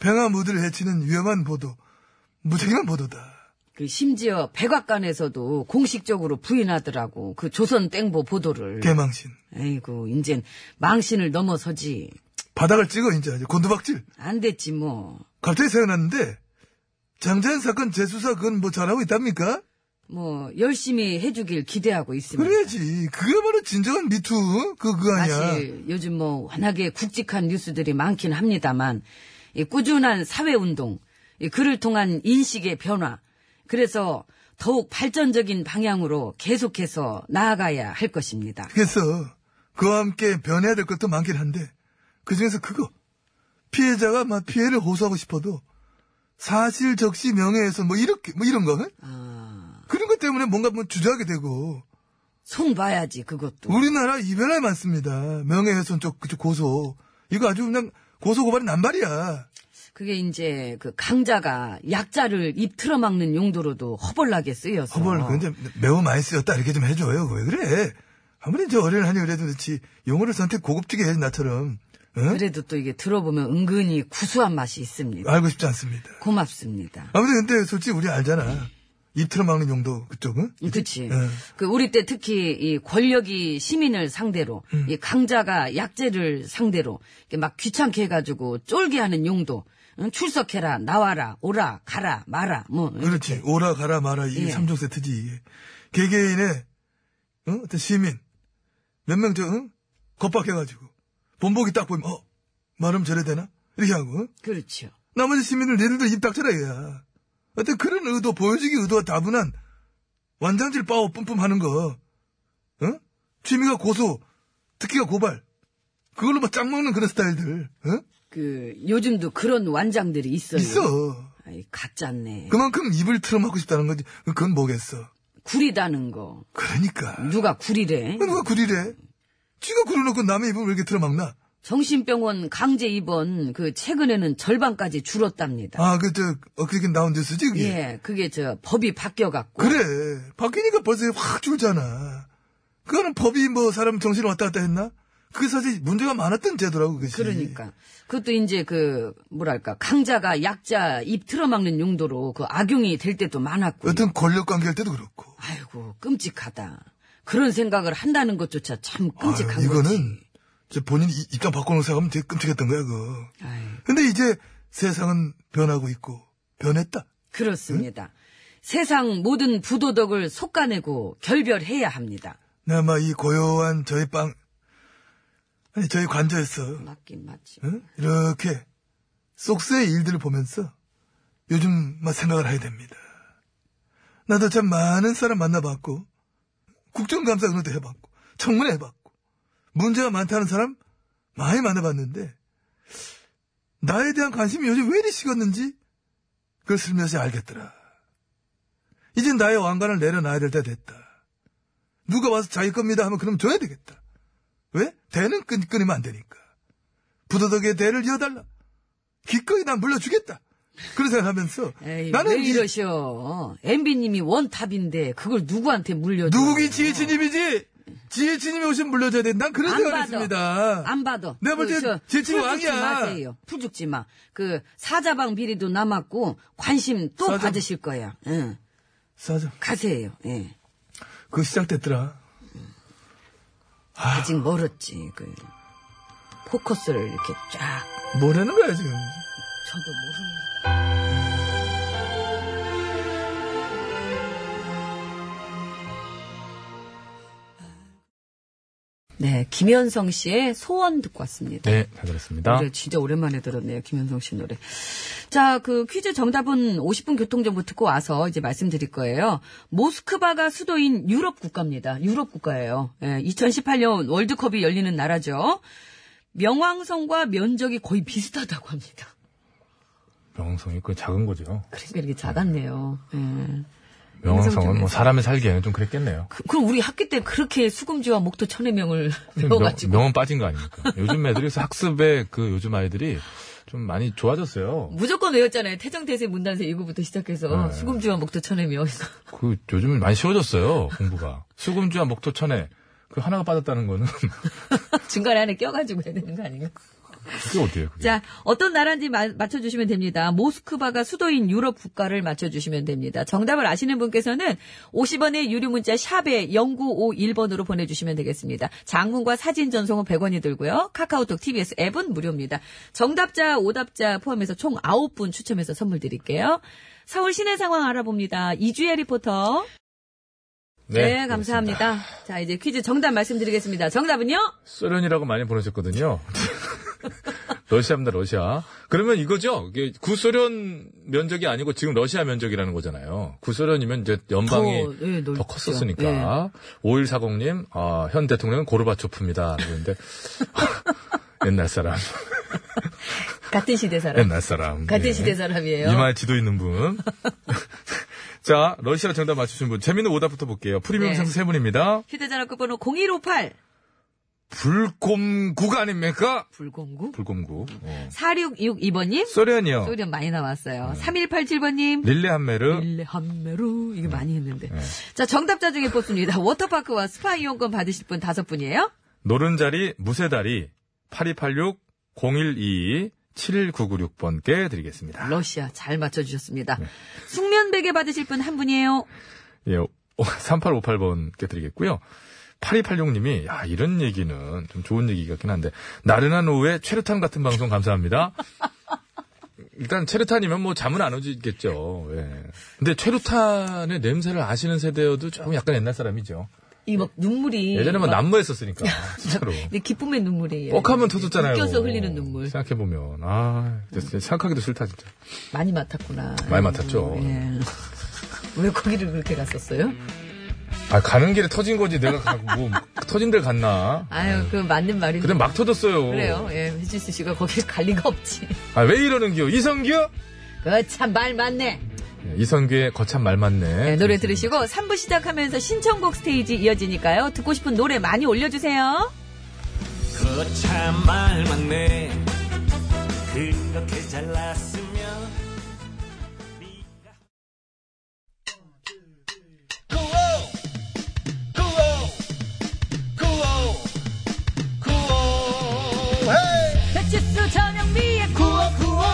Speaker 7: 병아 무드를 해치는 위험한 보도. 무책임한 보도다.
Speaker 2: 그 심지어 백악관에서도 공식적으로 부인하더라고. 그 조선 땡보 보도를.
Speaker 7: 개망신.
Speaker 2: 아이고, 이젠 망신을 넘어서지.
Speaker 7: 바닥을 찍어, 이제. 아주 곤두박질.
Speaker 2: 안 됐지, 뭐.
Speaker 7: 갑자기 생각났는데, 장자연 사건 재수사 그건 뭐 잘하고 있답니까?
Speaker 2: 뭐, 열심히 해주길 기대하고 있습니다.
Speaker 7: 그래야지. 그게 바로 진정한 미투. 그, 거 아니야.
Speaker 2: 사실 요즘 뭐 워낙에 굵직한 뉴스들이 많긴 합니다만 이 꾸준한 사회운동 이 그를 통한 인식의 변화 그래서 더욱 발전적인 방향으로 계속해서 나아가야 할 것입니다.
Speaker 7: 그래서 그와 함께 변해야 될 것도 많긴 한데 그중에서 그거 피해자가 막 피해를 호소하고 싶어도 사실 적시 명예훼손 뭐 이렇게 뭐 이런 거 응?
Speaker 2: 아,
Speaker 7: 그런 것 때문에 뭔가 뭐 주저하게 되고
Speaker 2: 손 봐야지 그것도.
Speaker 7: 우리나라 이별할 많습니다 명예훼손 쪽 그쪽 고소 이거 아주 그냥 고소 고발이 난발이야
Speaker 2: 그게 이제 그 강자가 약자를 입 틀어막는 용도로도 허벌나게 쓰여서.
Speaker 7: 허벌 그 이제 매우 많이 쓰였다 이렇게 좀 해줘요 왜 그래 아무리 저 어린애 한이 그래도 그렇지 용어를 선택 고급지게 해 나처럼 응?
Speaker 2: 그래도 또 이게 들어보면 은근히 구수한 맛이 있습니다.
Speaker 7: 알고 싶지 않습니다
Speaker 2: 고맙습니다.
Speaker 7: 아무튼 근데 솔직히 우리 알잖아. 입 틀어막는 용도 그쪽은?
Speaker 2: 그치.
Speaker 7: 예.
Speaker 2: 그, 우리 때 특히, 이 권력이 시민을 상대로,
Speaker 7: 음.
Speaker 2: 이 강자가 약재를 상대로, 이렇게 막 귀찮게 해가지고 쫄게 하는 용도, 응? 출석해라, 나와라, 오라, 가라, 마라, 뭐.
Speaker 7: 그렇지. 오라 가라 마라 이
Speaker 2: 예.
Speaker 7: 삼종 세트지 이게. 개개인의 어? 어떤 시민 몇 명 저 응? 겁박해가지고 본보기 딱 보면 어? 말하면 저래 되나? 이렇게 하고 어?
Speaker 2: 그렇죠.
Speaker 7: 나머지 시민을 예를 들어 입 닥쳐라 얘야. 어떤 그런 의도 보여주기 의도가 다분한 완장질 빠오 뿜뿜 하는 거 어? 취미가 고소 특기가 고발 그걸로 막 짝 먹는 그런 스타일들 어?
Speaker 2: 그, 요즘도 그런 완장들이 있어요.
Speaker 7: 있어.
Speaker 2: 아이, 가짜네.
Speaker 7: 그만큼 입을 틀어막고 싶다는 거지. 그건 뭐겠어.
Speaker 2: 구리다는 거.
Speaker 7: 그러니까.
Speaker 2: 누가 구리래?
Speaker 7: 그 누가 구리래? 쥐가 구려놓고 남의 입을 왜 이렇게 틀어막나?
Speaker 2: 정신병원 강제 입원, 그, 최근에는 절반까지 줄었답니다.
Speaker 7: 아, 그, 저, 어그저께 나온 뉴스지, 그게?
Speaker 2: 예, 그게 저, 법이 바뀌어갖고.
Speaker 7: 그래. 바뀌니까 벌써 확 줄잖아. 그거는 법이 뭐 사람 정신 왔다 갔다 했나? 그게 사실 문제가 많았던 제도라고, 그것이.
Speaker 2: 그러니까. 그것도 이제 그, 뭐랄까, 강자가 약자 입 틀어막는 용도로 그 악용이 될 때도 많았고.
Speaker 7: 어떤 권력 관계할 때도 그렇고.
Speaker 2: 아이고, 끔찍하다. 그런 생각을 한다는 것조차 참 끔찍한
Speaker 7: 아유, 이거는
Speaker 2: 거지.
Speaker 7: 이제 본인 이- 입장 바꿔놓은 생각하면 되게 끔찍했던 거야, 그거.
Speaker 2: 아유,
Speaker 7: 근데 이제 세상은 변하고 있고, 변했다.
Speaker 2: 그렇습니다. 세상 모든 부도덕을 솎아내고 결별해야 합니다.
Speaker 7: 나마 이 고요한 저희 빵, 아니, 저희 관저에서,
Speaker 2: 맞긴 맞지.
Speaker 7: 응? 이렇게, 쏙스의 일들을 보면서, 요즘 막 생각을 하게 됩니다. 나도 참 많은 사람 만나봤고, 국정감사 그런도 해봤고, 청문회 해봤고, 문제가 많다는 사람 많이 만나봤는데, 나에 대한 관심이 요즘 왜 이리 식었는지, 그걸 슬며시 알겠더라. 이젠 나의 왕관을 내려놔야 될 때 됐다. 누가 와서 자기 겁니다 하면 그럼 줘야 되겠다. 왜? 대는 끊, 끊으면 안 되니까. 부도덕의 대를 이어달라. 기꺼이 난 물려주겠다. 그런 생각하면서
Speaker 2: 에이,
Speaker 7: 나는
Speaker 2: 왜
Speaker 7: 이-
Speaker 2: 이러셔. MB님이 원탑인데 그걸 누구한테 물려줘.
Speaker 7: 누구기 지혜진님이지 지혜진님이 오시면 물려줘야 돼. 난 그런
Speaker 2: 안
Speaker 7: 생각을
Speaker 2: 받아.
Speaker 7: 했습니다.
Speaker 2: 안 받아.
Speaker 7: 내가 볼땐
Speaker 2: 저
Speaker 7: 제 친구
Speaker 2: 풀죽지
Speaker 7: 왕이야.
Speaker 2: 마세요. 풀죽지 마. 그 사자방 비리도 남았고 관심 또
Speaker 7: 사자-
Speaker 2: 받으실 거야. 응.
Speaker 7: 사장
Speaker 2: 가세요. 예.
Speaker 7: 그거 시작됐더라.
Speaker 2: 아직 멀었지. 그 포커스를 이렇게 쫙.
Speaker 7: 뭐라는 거야 지금?
Speaker 2: 저도 모르는. 네, 김현성 씨의 소원 듣고 왔습니다.
Speaker 1: 네, 잘 들었습니다.
Speaker 2: 노래 진짜 오랜만에 들었네요. 김현성 씨 노래. 자, 그 퀴즈 정답은 50분 교통정보 듣고 와서 이제 말씀드릴 거예요. 모스크바가 수도인 유럽 국가입니다. 유럽 국가예요. 2018년 월드컵이 열리는 나라죠. 명왕성과 면적이 거의 비슷하다고 합니다.
Speaker 1: 명성이 그 작은 거죠.
Speaker 2: 그러니까 이렇게 작았네요. 예.
Speaker 1: 명성은
Speaker 2: 명성적에서.
Speaker 1: 뭐 사람이 살기에는 좀 그랬겠네요.
Speaker 2: 그, 그럼 우리 학기 때 그렇게 수금지와 목토 천혜명을 배워가지고.
Speaker 1: 음, 명, 은 빠진 거 아닙니까? 요즘 애들이 그래서 학습에 그 요즘 아이들이 좀 많이 좋아졌어요.
Speaker 2: 무조건 외웠잖아요. 태정태세 문단세 이거부터 시작해서
Speaker 1: 네.
Speaker 2: 수금지와 목토 천혜명.
Speaker 1: 그 요즘은 많이 쉬워졌어요 공부가. 수금주와 목토천에 그 하나가 빠졌다는 거는
Speaker 2: 중간에 안에 껴가지고 해야 되는 거 아닌가?
Speaker 1: 그게 어때요? 그게?
Speaker 2: 자, 어떤 나라인지 마- 맞춰주시면 됩니다. 모스크바가 수도인 유럽 국가를 맞춰주시면 됩니다. 정답을 아시는 분께서는 50원의 유료 문자 샵에 0951번으로 보내주시면 되겠습니다. 장문과 사진 전송은 100원이 들고요. 카카오톡, TBS 앱은 무료입니다. 정답자, 오답자 포함해서 총 9분 추첨해서 선물 드릴게요. 서울 시내 상황 알아봅니다. 이주혜 리포터. 네, 감사합니다.
Speaker 1: 그렇습니다.
Speaker 2: 자, 이제 퀴즈 정답 말씀드리겠습니다. 정답은요?
Speaker 1: 소련이라고 많이 보내셨거든요. 러시아입니다, 러시아. 그러면 이거죠? 이게 구소련 면적이 아니고 지금 러시아 면적이라는 거잖아요. 구소련이면 이제 연방이
Speaker 2: 더, 예,
Speaker 1: 더,
Speaker 2: 넓죠. 네.
Speaker 1: 컸었으니까. 5140님, 아, 현 대통령은 고르바초프입니다. 그러는데 옛날 사람,
Speaker 2: 같은 시대 사람.
Speaker 1: 옛날 사람.
Speaker 2: 같은
Speaker 1: 예.
Speaker 2: 시대 사람이에요.
Speaker 1: 이마에 지도 있는 분. 자, 러시아 정답 맞추신 분. 재밌는 오답부터 볼게요. 프리미엄
Speaker 2: 네.
Speaker 1: 상수 세 분입니다.
Speaker 2: 휴대전화 끝번호 0158
Speaker 1: 불곰국 아닙니까?
Speaker 2: 불공구
Speaker 1: 불곰국. 어.
Speaker 2: 4662번님
Speaker 1: 소련이요.
Speaker 2: 소련 많이
Speaker 1: 네.
Speaker 2: 나왔어요. 3187번님
Speaker 1: 릴레 한메르.
Speaker 2: 일레 함메루 이게 많이 했는데
Speaker 1: 네.
Speaker 2: 자 정답자 중에 뽑습니다. 워터파크와 스파 이용권 받으실 분 다섯 분이에요.
Speaker 1: 노른자리, 무쇠다리, 8286, 0122, 71996번께 드리겠습니다.
Speaker 2: 러시아 잘 맞춰주셨습니다.
Speaker 1: 네.
Speaker 2: 숙면 베개 받으실 분 한 분이에요.
Speaker 1: 예, 3858번께 드리겠고요. 8286님이, 야, 이런 얘기는 좀 좋은 얘기 같긴 한데, 나른한 오후에 최루탄 같은 방송 감사합니다. 일단, 최루탄이면 뭐 잠은 안 오겠죠. 예. 근데 최루탄의 냄새를 아시는 세대여도 조금 약간 옛날 사람이죠.
Speaker 2: 이 막 눈물이
Speaker 1: 예전에 뭐 막
Speaker 2: 막
Speaker 1: 난무했었으니까. 진짜로.
Speaker 2: 근데 기쁨의 눈물이에요.
Speaker 1: 뻑하면 터졌잖아요.
Speaker 2: 예, 웃겨서 흘리는 눈물
Speaker 1: 생각해보면. 아, 진짜 생각하기도 싫다, 진짜.
Speaker 2: 많이 맡았구나.
Speaker 1: 많이 맡았죠.
Speaker 2: 예. 왜 거기를 그렇게 갔었어요?
Speaker 1: 아, 가는 길에 터진 거지. 내가 가고, 뭐, 터진 데를 갔나.
Speaker 2: 아유 그 맞는 말인데.
Speaker 1: 근데 막 터졌어요.
Speaker 2: 그래요. 예, 휘지수 씨가 거길 갈 리가 없지.
Speaker 1: 아, 왜 이러는겨? 이성규?
Speaker 2: 그 참 말 맞네.
Speaker 1: 예, 이성규의 거참 말
Speaker 2: 네,
Speaker 1: 맞네.
Speaker 2: 노래 들으시고 3부 시작하면서 신청곡 스테이지 이어지니까요. 듣고 싶은 노래 많이 올려주세요. 그
Speaker 5: 거참 말 맞네 그렇게 잘났으면
Speaker 2: 배치수 전영미의 구호 구호.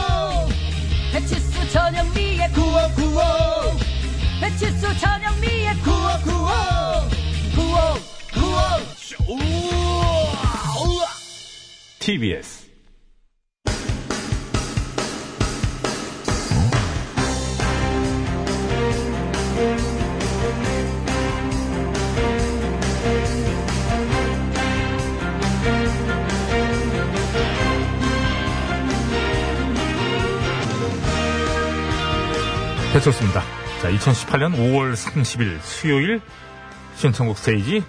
Speaker 2: 배치수 전영미의 구호 구호. 배치수 전영미의 구호
Speaker 1: TBS. 배쳤습니다. 자, 2018년 5월 30일 수요일 신청곡 스테이지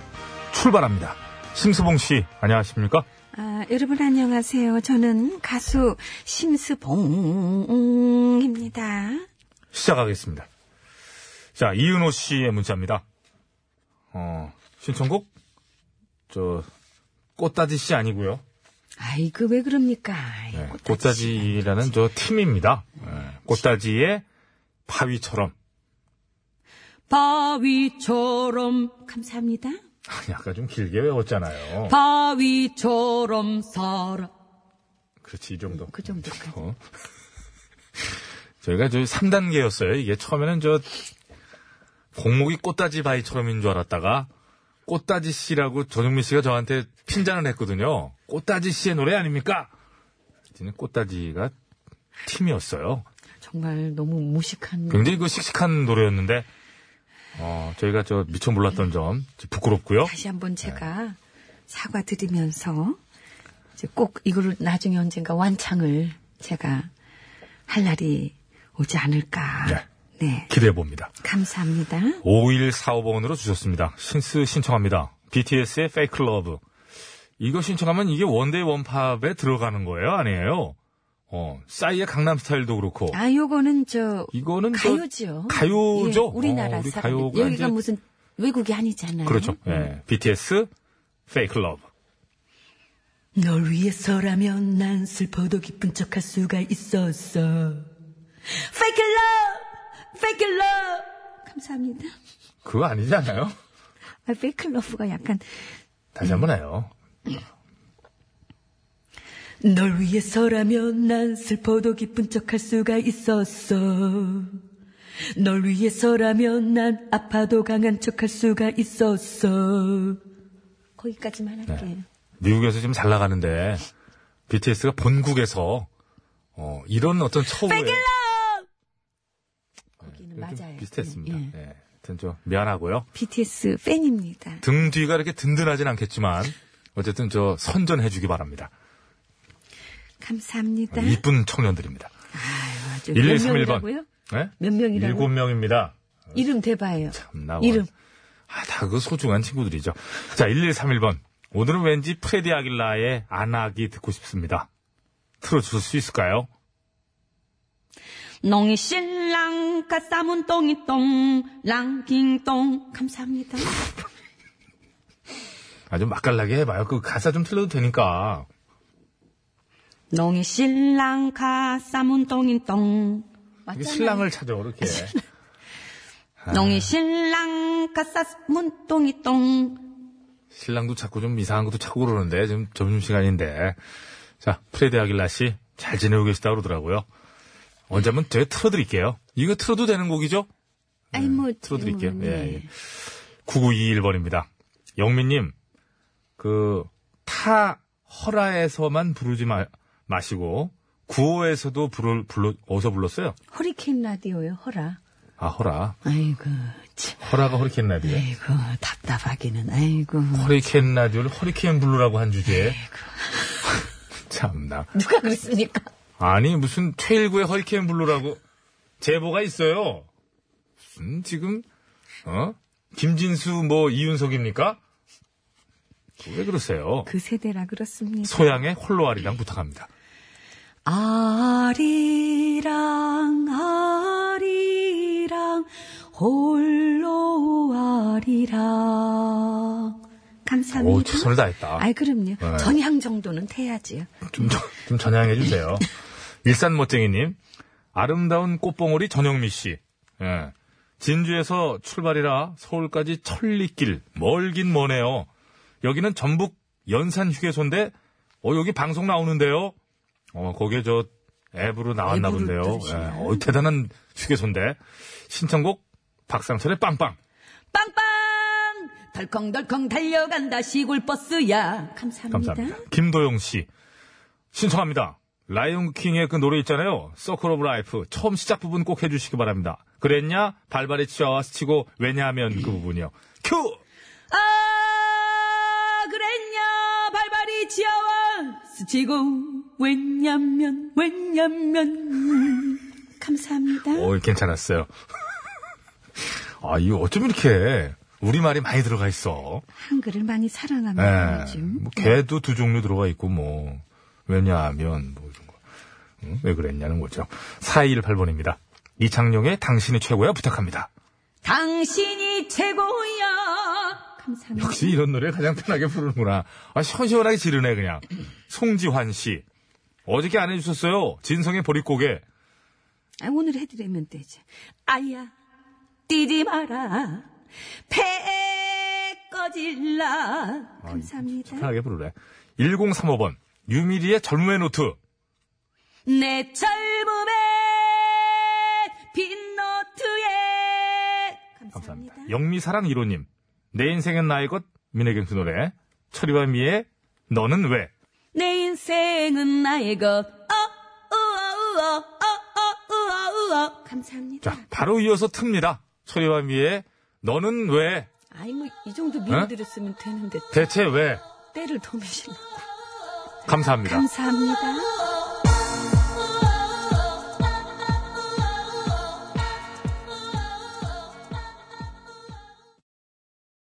Speaker 1: 출발합니다. 심수봉 씨, 안녕하십니까?
Speaker 8: 아, 여러분 안녕하세요. 저는 가수 심스봉입니다.
Speaker 1: 시작하겠습니다. 자, 이은호 씨의 문자입니다. 어, 신청곡? 저, 꽃다지 씨 아니고요.
Speaker 8: 아이고 왜 그럽니까? 아이,
Speaker 1: 네,
Speaker 8: 꽃다지.
Speaker 1: 꽃다지라는 저 팀입니다. 네, 꽃다지의 바위처럼.
Speaker 2: 바위처럼 감사합니다.
Speaker 1: 아니, 아까 좀 길게 외웠잖아요.
Speaker 2: 바위처럼 살아.
Speaker 1: 그렇지, 이 정도.
Speaker 2: 그 정도.
Speaker 1: 어. 저희가 저 3단계였어요. 이게 처음에는 저 공목이 꽃다지 바위처럼인 줄 알았다가 꽃다지 씨라고 전용민 씨가 저한테 핀잔을 했거든요. 꽃다지 씨의 노래 아닙니까? 그랬더니 꽃다지가 팀이었어요.
Speaker 2: 정말 너무 무식한.
Speaker 1: 굉장히 그 씩씩한 노래였는데 어, 저희가 저 미처 몰랐던 점 부끄럽고요.
Speaker 2: 다시 한번 제가 사과드리면서 이제 꼭 이거를 나중에 언젠가 완창을 제가 할 날이 오지 않을까.
Speaker 1: 네.
Speaker 2: 네.
Speaker 1: 기대해 봅니다.
Speaker 8: 감사합니다.
Speaker 1: 5145번으로 주셨습니다. 신스 신청합니다. BTS의 Fake Love. 이거 신청하면 이게 원데이 원팝에 들어가는 거예요? 아니에요? 어, 싸이의 강남 스타일도 그렇고.
Speaker 2: 아, 요거는 저
Speaker 1: 이거는 저
Speaker 2: 가요죠.
Speaker 1: 가요죠?
Speaker 2: 예, 우리나라
Speaker 1: 어, 우리
Speaker 2: 사람.
Speaker 1: 가요가
Speaker 2: 여기가
Speaker 1: 이제-
Speaker 2: 무슨 음. 외국이 아니잖아요.
Speaker 1: 그렇죠. 예. BTS Fake Love.
Speaker 2: 널 위해서라면 난 슬퍼도 기쁜 척할 수가 있었어. Fake love, fake love.
Speaker 8: 감사합니다.
Speaker 1: 그거 아니잖아요?
Speaker 8: 아, 페이클러브가 약간
Speaker 1: 다시 한번 해요.
Speaker 2: 널 위해서라면 난 슬퍼도 기쁜 척할 수가 있었어. 널 위해서라면 난 아파도 강한 척할 수가 있었어.
Speaker 8: 거기까지만 할게요.
Speaker 1: 네. 미국에서 지금 잘 나가는데 BTS가 본국에서 어, 이런 어떤 처우에
Speaker 2: 거기는
Speaker 1: 좀
Speaker 2: 맞아요.
Speaker 1: 비슷했습니다.
Speaker 2: 예.
Speaker 1: 예. 하여튼 저 미안하고요.
Speaker 8: BTS 팬입니다.
Speaker 1: 등 뒤가 이렇게 든든하진 않겠지만 어쨌든 저 선전해 주기 바랍니다.
Speaker 8: 감사합니다.
Speaker 1: 아, 이쁜 청년들입니다.
Speaker 2: 아주 네. 몇
Speaker 1: 1131번. 예?
Speaker 2: 명이라고요? 몇 명이라고?
Speaker 1: 7명입니다.
Speaker 2: 이름 대봐요.
Speaker 1: 참나.
Speaker 2: 이름.
Speaker 1: 아, 다 그 소중한 친구들이죠. 자, 1131번. 오늘은 왠지 프레디 아길라의 안악이 듣고 싶습니다. 틀어줄 수 있을까요?
Speaker 2: 농이 신랑 가싸문 똥이 똥 랑킹똥 감사합니다.
Speaker 1: 아주 맛깔나게 해봐요. 그 가사 좀 틀려도 되니까.
Speaker 2: 농이 신랑 가싸문 똥이 똥
Speaker 1: 이게
Speaker 2: 맞잖아요.
Speaker 1: 신랑을 찾아, 이렇게.
Speaker 2: 농이 신랑 가싸문 똥이 똥
Speaker 1: 신랑도 자꾸 좀 이상한 것도 찾고 그러는데, 지금 점심시간인데. 자, 프레디 아길라 씨, 잘 지내고 계시다 그러더라고요. 언제 한번 제가 틀어드릴게요. 이거 틀어도 되는 곡이죠?
Speaker 8: 아니 뭐
Speaker 1: 틀어드릴게요.
Speaker 8: 뭐,
Speaker 1: 예,
Speaker 8: 네.
Speaker 1: 예. 9921번입니다. 영민님, 그, 타 허라에서만 부르지 마, 마시고, 구호에서도 부를, 불러, 어디서 불렀어요?
Speaker 2: 허리케인 라디오요 허라.
Speaker 1: 아, 허라.
Speaker 2: 아이고 참
Speaker 1: 허라가 허리케인 라디오.
Speaker 2: 아이고 답답하기는 아이고
Speaker 1: 허리케인 라디오를 허리케인 블루라고 한
Speaker 8: 네,
Speaker 1: 주제에. 참나.
Speaker 2: 누가 그랬습니까?
Speaker 1: 아니, 무슨 최일구의 허리케인 블루라고 제보가 있어요. 무슨 지금, 어? 김진수, 뭐, 이윤석입니까? 왜 그러세요?
Speaker 8: 그 세대라 그렇습니다.
Speaker 1: 소양의 홀로아리랑 부탁합니다.
Speaker 2: 아리랑 아리랑 홀로 아리랑
Speaker 1: 오,
Speaker 8: 감사합니다.
Speaker 1: 최선을 다했다.
Speaker 8: 아이 그럼요.
Speaker 1: 네.
Speaker 8: 전향 정도는 돼야지요.
Speaker 1: 좀, 전- 좀 전향해 주세요. 일산 멋쟁이님, 아름다운 꽃봉오리 전영미 씨. 예. 진주에서 출발이라 서울까지 천리길 멀긴 머네요. 여기는 전북 연산 휴게소인데, 어 여기 방송 나오는데요. 어 거기에 저 앱으로 나왔나
Speaker 2: 앱으로
Speaker 1: 본데요.
Speaker 2: 들으시나요?
Speaker 1: 예. 어, 대단한 휴게소인데 신청곡 박상철의 빵빵.
Speaker 2: 빵빵 덜컹덜컹 달려간다 시골 버스야 감사합니다.
Speaker 1: 감사합니다. 김도영 씨 신청합니다. 라이온 킹의 그 노래 있잖아요. 서클 오브 라이프 처음 시작 부분 꼭 해주시기 바랍니다. 그랬냐? 발발이 치와 스치고 왜냐하면 그 부분이요. 큐.
Speaker 2: 아 그랬냐 발발이 지하와 스치고 왜냐면 왜냐면
Speaker 8: 감사합니다.
Speaker 1: 오 괜찮았어요. 아 이거 어쩜 이렇게 우리 말이 많이 들어가 있어.
Speaker 8: 한글을 많이 사랑합니다.
Speaker 1: 예.
Speaker 8: 요즘. 어,
Speaker 1: 뭐 개도 두 종류 들어가 있고 뭐 왜냐하면 뭐 이런 거. 응? 왜 그랬냐는 거죠. 4218번입니다. 이창용의 당신이 최고야 부탁합니다.
Speaker 2: 당신이 최고야
Speaker 8: 감사합니다.
Speaker 1: 역시 이런 노래 가장 편하게 부르는구나. 아, 시원시원하게 지르네, 그냥. 송지환 씨. 어저께 안 해주셨어요. 진성의 보릿고개.
Speaker 8: 아, 오늘 해드리면 되지. 아야, 뛰지 마라. 배 꺼질라. 감사합니다.
Speaker 1: 편하게 부르래. 1035번. 유미리의 젊음의 노트.
Speaker 2: 내 젊음에 빈노트에
Speaker 1: 감사합니다.
Speaker 8: 감사합니다.
Speaker 1: 영미사랑 1호님. 내 인생은 나의 것. 민혜경수 노래. 철이와 미의 너는 왜.
Speaker 2: 내 인생은 나의 것. 어, 우어, 우어, 어, 어, 우어, 우어.
Speaker 8: 감사합니다.
Speaker 1: 자, 바로 이어서 틉니다. 철이와 미의 너는 왜.
Speaker 8: 아이, 뭐, 이 정도
Speaker 1: 어?
Speaker 8: 미리 들었으면 되는데,
Speaker 1: 대체 왜.
Speaker 8: 때를 도미시나.
Speaker 1: 감사합니다.
Speaker 8: 감사합니다.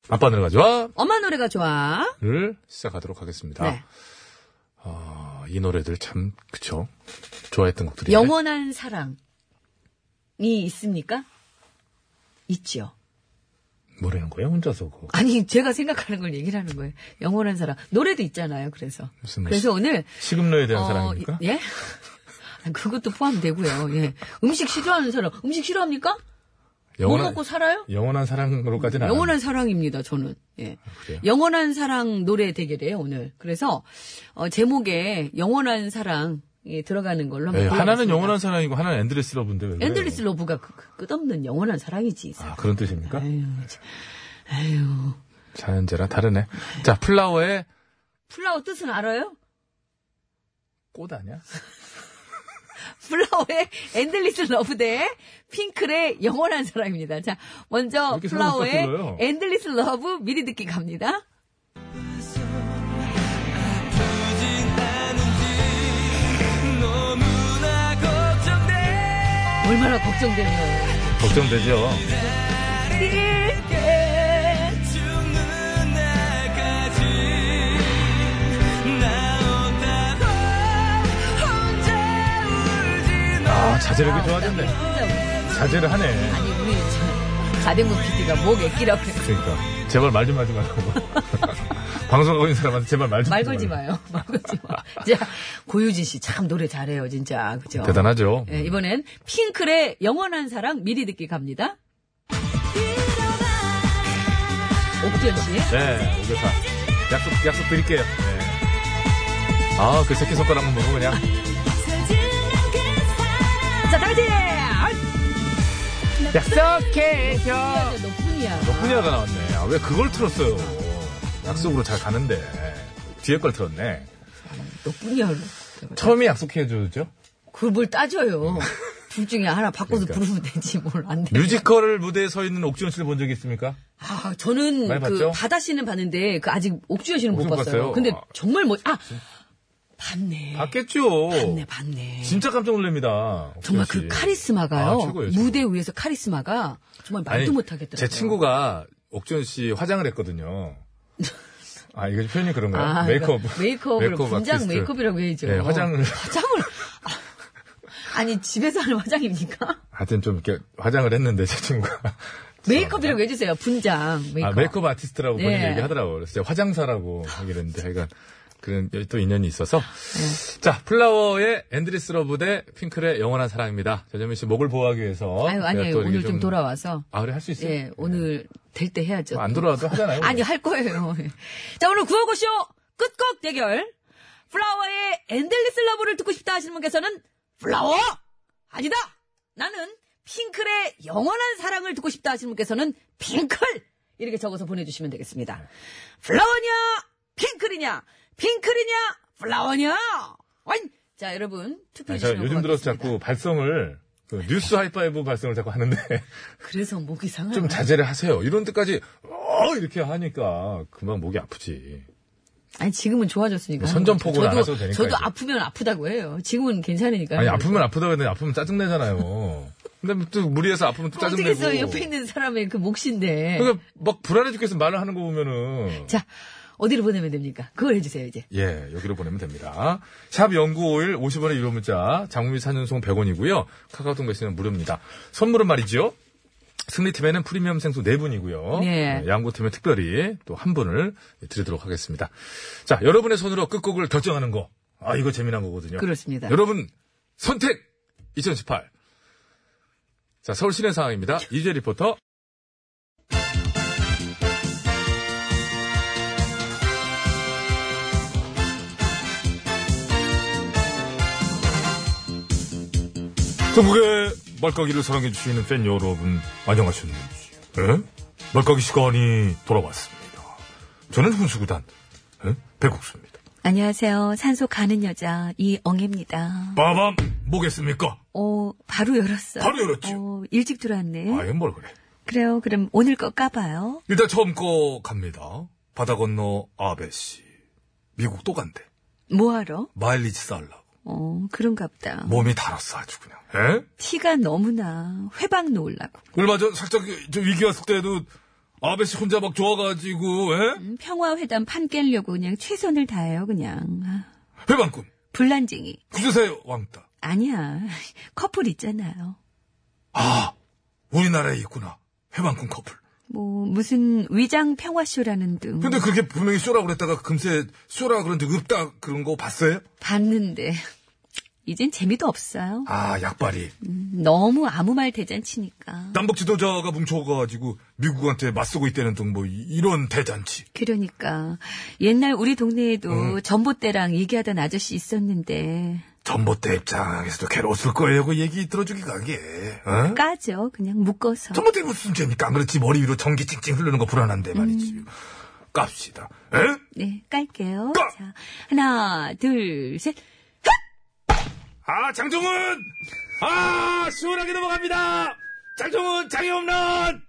Speaker 1: 아빠 노래가 좋아.
Speaker 2: 엄마 노래가 좋아.
Speaker 1: 를 시작하도록 하겠습니다.
Speaker 2: 네.
Speaker 1: 아, 이 노래들 참, 그쵸. 좋아했던
Speaker 8: 네.
Speaker 1: 곡들이.
Speaker 2: 영원한 사랑이 있습니까? 있지요.
Speaker 1: 뭐라는 거예요, 혼자서. 그거.
Speaker 2: 아니 제가 생각하는 걸 얘기를 하는 거예요. 영원한 사랑 노래도 있잖아요. 그래서
Speaker 1: 무슨 뭐
Speaker 2: 그래서 오늘
Speaker 1: 식음료에 대한
Speaker 2: 어,
Speaker 1: 사랑입니까?
Speaker 2: 예? 그것도 포함되고요. 예. 음식 싫어하는 사람 음식 싫어합니까? 뭐 먹고 살아요?
Speaker 1: 영원한 사랑으로까지는 안
Speaker 2: 영원한 사랑입니다, 저는. 예.
Speaker 1: 그래요?
Speaker 2: 영원한 사랑 노래 대결이에요, 오늘. 그래서, 어, 제목에 영원한 사랑이 들어가는 걸로
Speaker 1: 합니다.
Speaker 2: 한번
Speaker 1: 예, 하나는
Speaker 2: 골라봤습니다.
Speaker 1: 영원한 사랑이고 하나는 엔드레스 러브인데 왜 그래요?
Speaker 2: 엔드리스 러브가 그- 그 끝없는 영원한 사랑이지.
Speaker 1: 아, 그런 뜻입니까?
Speaker 2: 아유, 참. 아유.
Speaker 1: 자연재라 다르네. 자, 플라워의
Speaker 2: 플라워 뜻은 알아요?
Speaker 1: 꽃 아니야?
Speaker 2: 플라워의 엔들리스 러브 대 핑클의 영원한 사랑입니다. 자, 먼저
Speaker 1: 이렇게 서로
Speaker 2: 플라워의
Speaker 1: 섞어서 불러요?
Speaker 2: 엔들리스 러브 미리 듣기 갑니다. 얼마나 걱정되면
Speaker 1: 걱정되죠? 아, 자제력이 좋아졌네. 자제를 하네.
Speaker 2: 아니 우리 저 가댕구 PD가 목 애끼라고 그래.
Speaker 1: 그러니까. 제발 말 좀 하지 말라고. 방송하고 있는 사람한테 제발 말 좀
Speaker 2: 말
Speaker 1: 하지
Speaker 2: 걸지
Speaker 1: 말라고.
Speaker 2: 마요. 말 걸지 마. 자, 고유진 씨 참 노래 잘해요, 진짜. 그죠?
Speaker 1: 대단하죠?
Speaker 2: 예, 이번엔 핑클의 영원한 사랑 미리 듣기 갑니다. 옥전 씨.
Speaker 1: 네, 오교사. 약속, 약속 드릴게요. 네. 아, 그 새끼손가락만 보고 그냥.
Speaker 4: 그
Speaker 2: 자, 다같이!
Speaker 1: 약속해줘!
Speaker 2: 너뿐이야.
Speaker 1: 너뿐이야가 나왔네. 아, 왜 그걸 틀었어요? 약속으로 잘 가는데. 뒤에 걸 틀었네.
Speaker 2: 너뿐이야.
Speaker 1: 처음에 약속해줘죠?
Speaker 2: 그걸 뭘 따져요. 둘 중에 하나 바꿔서
Speaker 1: 그러니까.
Speaker 2: 부르면 되지, 뭘 안 돼.
Speaker 1: 뮤지컬 무대에 서 있는 옥지원 씨를 본 적이 있습니까?
Speaker 2: 아, 저는
Speaker 1: 많이
Speaker 2: 그
Speaker 1: 봤죠?
Speaker 2: 바다 씨는 봤는데 그 아직 옥주현 씨는 못
Speaker 1: 옥주현
Speaker 2: 봤어요.
Speaker 1: 봤어요?
Speaker 2: 근데
Speaker 1: 아.
Speaker 2: 정말 멋, 아! 봤네.
Speaker 1: 봤겠죠.
Speaker 2: 봤네, 봤네.
Speaker 1: 진짜 깜짝 놀랍니다. 옥지원
Speaker 2: 정말
Speaker 1: 씨.
Speaker 2: 그 카리스마가요.
Speaker 1: 아, 최고예요, 최고.
Speaker 2: 무대 위에서 카리스마가 정말 말도
Speaker 1: 아니,
Speaker 2: 못하겠더라고요.
Speaker 1: 제 친구가 옥지원 씨 화장을 했거든요. 아, 이거 표현이 그런가요?
Speaker 2: 아,
Speaker 1: 메이크업.
Speaker 2: 그러니까 메이크업을 분장
Speaker 1: 아티스트.
Speaker 2: 메이크업이라고 해야죠. 어,
Speaker 1: 네, 화장을.
Speaker 2: 화장을. 아, 아니, 집에서 하는 화장입니까?
Speaker 1: 하여튼 좀 이렇게 화장을 했는데 제 친구가.
Speaker 2: 메이크업이라고 해주세요. 분장. 메이크업.
Speaker 1: 아, 메이크업 아티스트라고 본인
Speaker 2: 그러니까. 네.
Speaker 1: 얘기하더라고요. 그래서 제가 화장사라고 하기로 했는데, 하여간 그런 또 인연이 있어서.
Speaker 2: 네.
Speaker 1: 자, 플라워의 앤드리스 러브 대 핑클의 영원한 사랑입니다. 전현민 씨 목을 보호하기 위해서.
Speaker 2: 아유,
Speaker 1: 제가
Speaker 2: 아니에요.
Speaker 1: 네, 또 이렇게
Speaker 2: 오늘 좀, 돌아와서.
Speaker 1: 아, 그래, 할 수 있어요?
Speaker 2: 예, 오늘 될 때 해야죠.
Speaker 1: 안 돌아와도 하잖아요.
Speaker 2: 아니, 할 거예요. 예. 자, 오늘 구호고쇼 끝곡 대결. 플라워의 엔들리스 러브를 듣고 싶다 하시는 분께서는 플라워! 아니다! 나는 핑클의 영원한 사랑을 듣고 싶다 하시는 분께서는 핑클! 이렇게 적어서 보내주시면 되겠습니다. 플라워냐? 핑클이냐? 핑클이냐? 플라워냐? 아니, 자, 여러분,
Speaker 1: 아니,
Speaker 2: 투표해주시면
Speaker 1: 제가 요즘 들어서
Speaker 2: 고맙겠습니다.
Speaker 1: 자꾸 발성을, 그 뉴스 하이파이브 발성을 자꾸 하는데,
Speaker 2: 그래서 목이 상하
Speaker 1: 좀 자제를 하세요. 이런 데까지, 어, 이렇게 하니까 금방 목이 아프지.
Speaker 2: 아니 지금은 좋아졌으니까.
Speaker 1: 뭐 선전포고를
Speaker 2: 저도,
Speaker 1: 안 하셔도 되니까,
Speaker 2: 저도
Speaker 1: 이제.
Speaker 2: 아프면 아프다고 해요. 지금은 괜찮으니까.
Speaker 1: 아니, 아프면 아프다고 했는데 아프면 짜증내잖아요. 근데 또 무리해서 아프면 또
Speaker 2: 어떻게
Speaker 1: 짜증내고.
Speaker 2: 해서 옆에 있는 사람의 그 몫인데.
Speaker 1: 그러니까 막 불안해 죽겠어 말을 하는 거 보면은
Speaker 2: 자 어디로 보내면 됩니까? 그걸 해주세요 이제.
Speaker 1: 예 여기로 보내면 됩니다 샵 0951 50원의 유료 문자 장미 사년송 100원이고요 카카오톡 메시지는 무료입니다 선물은 말이죠 승리팀에는 프리미엄 생수 4분이고요
Speaker 2: 네.
Speaker 1: 양보팀에 특별히 또 한 분을 드리도록 하겠습니다 자 여러분의 손으로 끝곡을 아,
Speaker 2: 그렇죠.
Speaker 1: 결정하는 거아 이거 재미난 거거든요
Speaker 2: 그렇습니다.
Speaker 1: 여러분 선택 2018 자, 서울 시내 상황입니다. 이재 리포터. 전국의 말까기를 사랑해주시는 팬 여러분, 안녕하셨는지. 예? 말까기 시간이 돌아왔습니다. 저는 훈수구단, 예? 백국수입니다.
Speaker 2: 안녕하세요. 산소 가는 여자 이엉입니다.
Speaker 1: 빠밤! 뭐겠습니까?
Speaker 2: 어, 바로 열었어.
Speaker 1: 바로 열었지.
Speaker 2: 어, 일찍 들어왔네.
Speaker 1: 아예 뭘 그래.
Speaker 2: 그래요. 그럼 오늘 거 까봐요.
Speaker 1: 일단 처음 거 갑니다. 바다 건너 아베씨. 미국 또 간대.
Speaker 2: 뭐하러?
Speaker 1: 마일리지 쌓으려고.
Speaker 2: 어, 그런가 보다.
Speaker 1: 몸이 달았어, 아주 그냥. 에?
Speaker 2: 티가 너무나 회방 놓으려고.
Speaker 1: 얼마 전 살짝 좀 위기 왔을 때도 아베씨 혼자 막 좋아가지고, 에?
Speaker 2: 음, 평화회담 판 깨려고 그냥 최선을 다해요, 그냥. 아,
Speaker 1: 회방꾼.
Speaker 2: 불난쟁이.
Speaker 1: 구주세요, 왕따.
Speaker 2: 아니야. 커플 있잖아요.
Speaker 1: 아, 우리나라에 있구나. 회방꾼 커플.
Speaker 2: 뭐, 무슨 위장 평화쇼라는 등.
Speaker 1: 근데 그게 분명히 쇼라고 그랬다가 금세 쇼라 그런 적 없다 그런 거 봤어요?
Speaker 2: 봤는데. 이젠 재미도 없어요.
Speaker 1: 아, 약발이.
Speaker 2: 음, 너무 아무 말 대잔치니까.
Speaker 1: 남북 지도자가 뭉쳐가지고 미국한테 맞서고 있다는 등 뭐 이런 대잔치.
Speaker 2: 그러니까 옛날 우리 동네에도
Speaker 1: 음.
Speaker 2: 전봇대랑 얘기하던 아저씨 있었는데
Speaker 1: 전봇대 입장에서도 괴로웠을 거예요. 그 얘기 들어주기가 이게. 어?
Speaker 2: 까죠 그냥 묶어서
Speaker 1: 전봇대 무슨 죄입니까? 안 그렇지. 머리 위로 전기 찡찡 흐르는 거 불안한데 말이지. 깝시다. 에?
Speaker 2: 네 깔게요
Speaker 1: 까!
Speaker 2: 자 하나 둘셋
Speaker 1: 아, 장종훈! 아, 시원하게 넘어갑니다! 장종훈, 장애 홈런!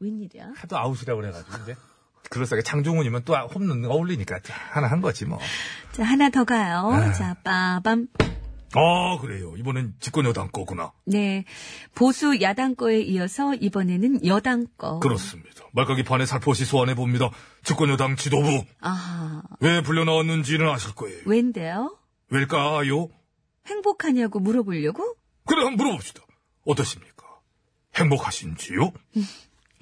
Speaker 2: 웬일이야
Speaker 1: 하도 아웃이라고 그래가지고, 이제. 그럴싸하게 장종훈이면 또 홈런 어울리니까 하나 한 거지, 뭐.
Speaker 2: 자 하나 더 가요 자 빠밤
Speaker 1: 아, 그래요. 이번엔 집권여당 거구나.
Speaker 2: 네 보수 야당 거에 이어서 이번에는 여당 거
Speaker 1: 그렇습니다. 말까기 판에 살포시 소환해 봅니다. 집권여당 지도부.
Speaker 2: 아하
Speaker 1: 왜 불려 나왔는지는 아실 거예요.
Speaker 2: 웬데요
Speaker 1: 왜일까요?
Speaker 2: 행복하냐고 물어보려고
Speaker 1: 그래, 한번 물어봅시다. 어떠십니까? 행복하신지요? 예?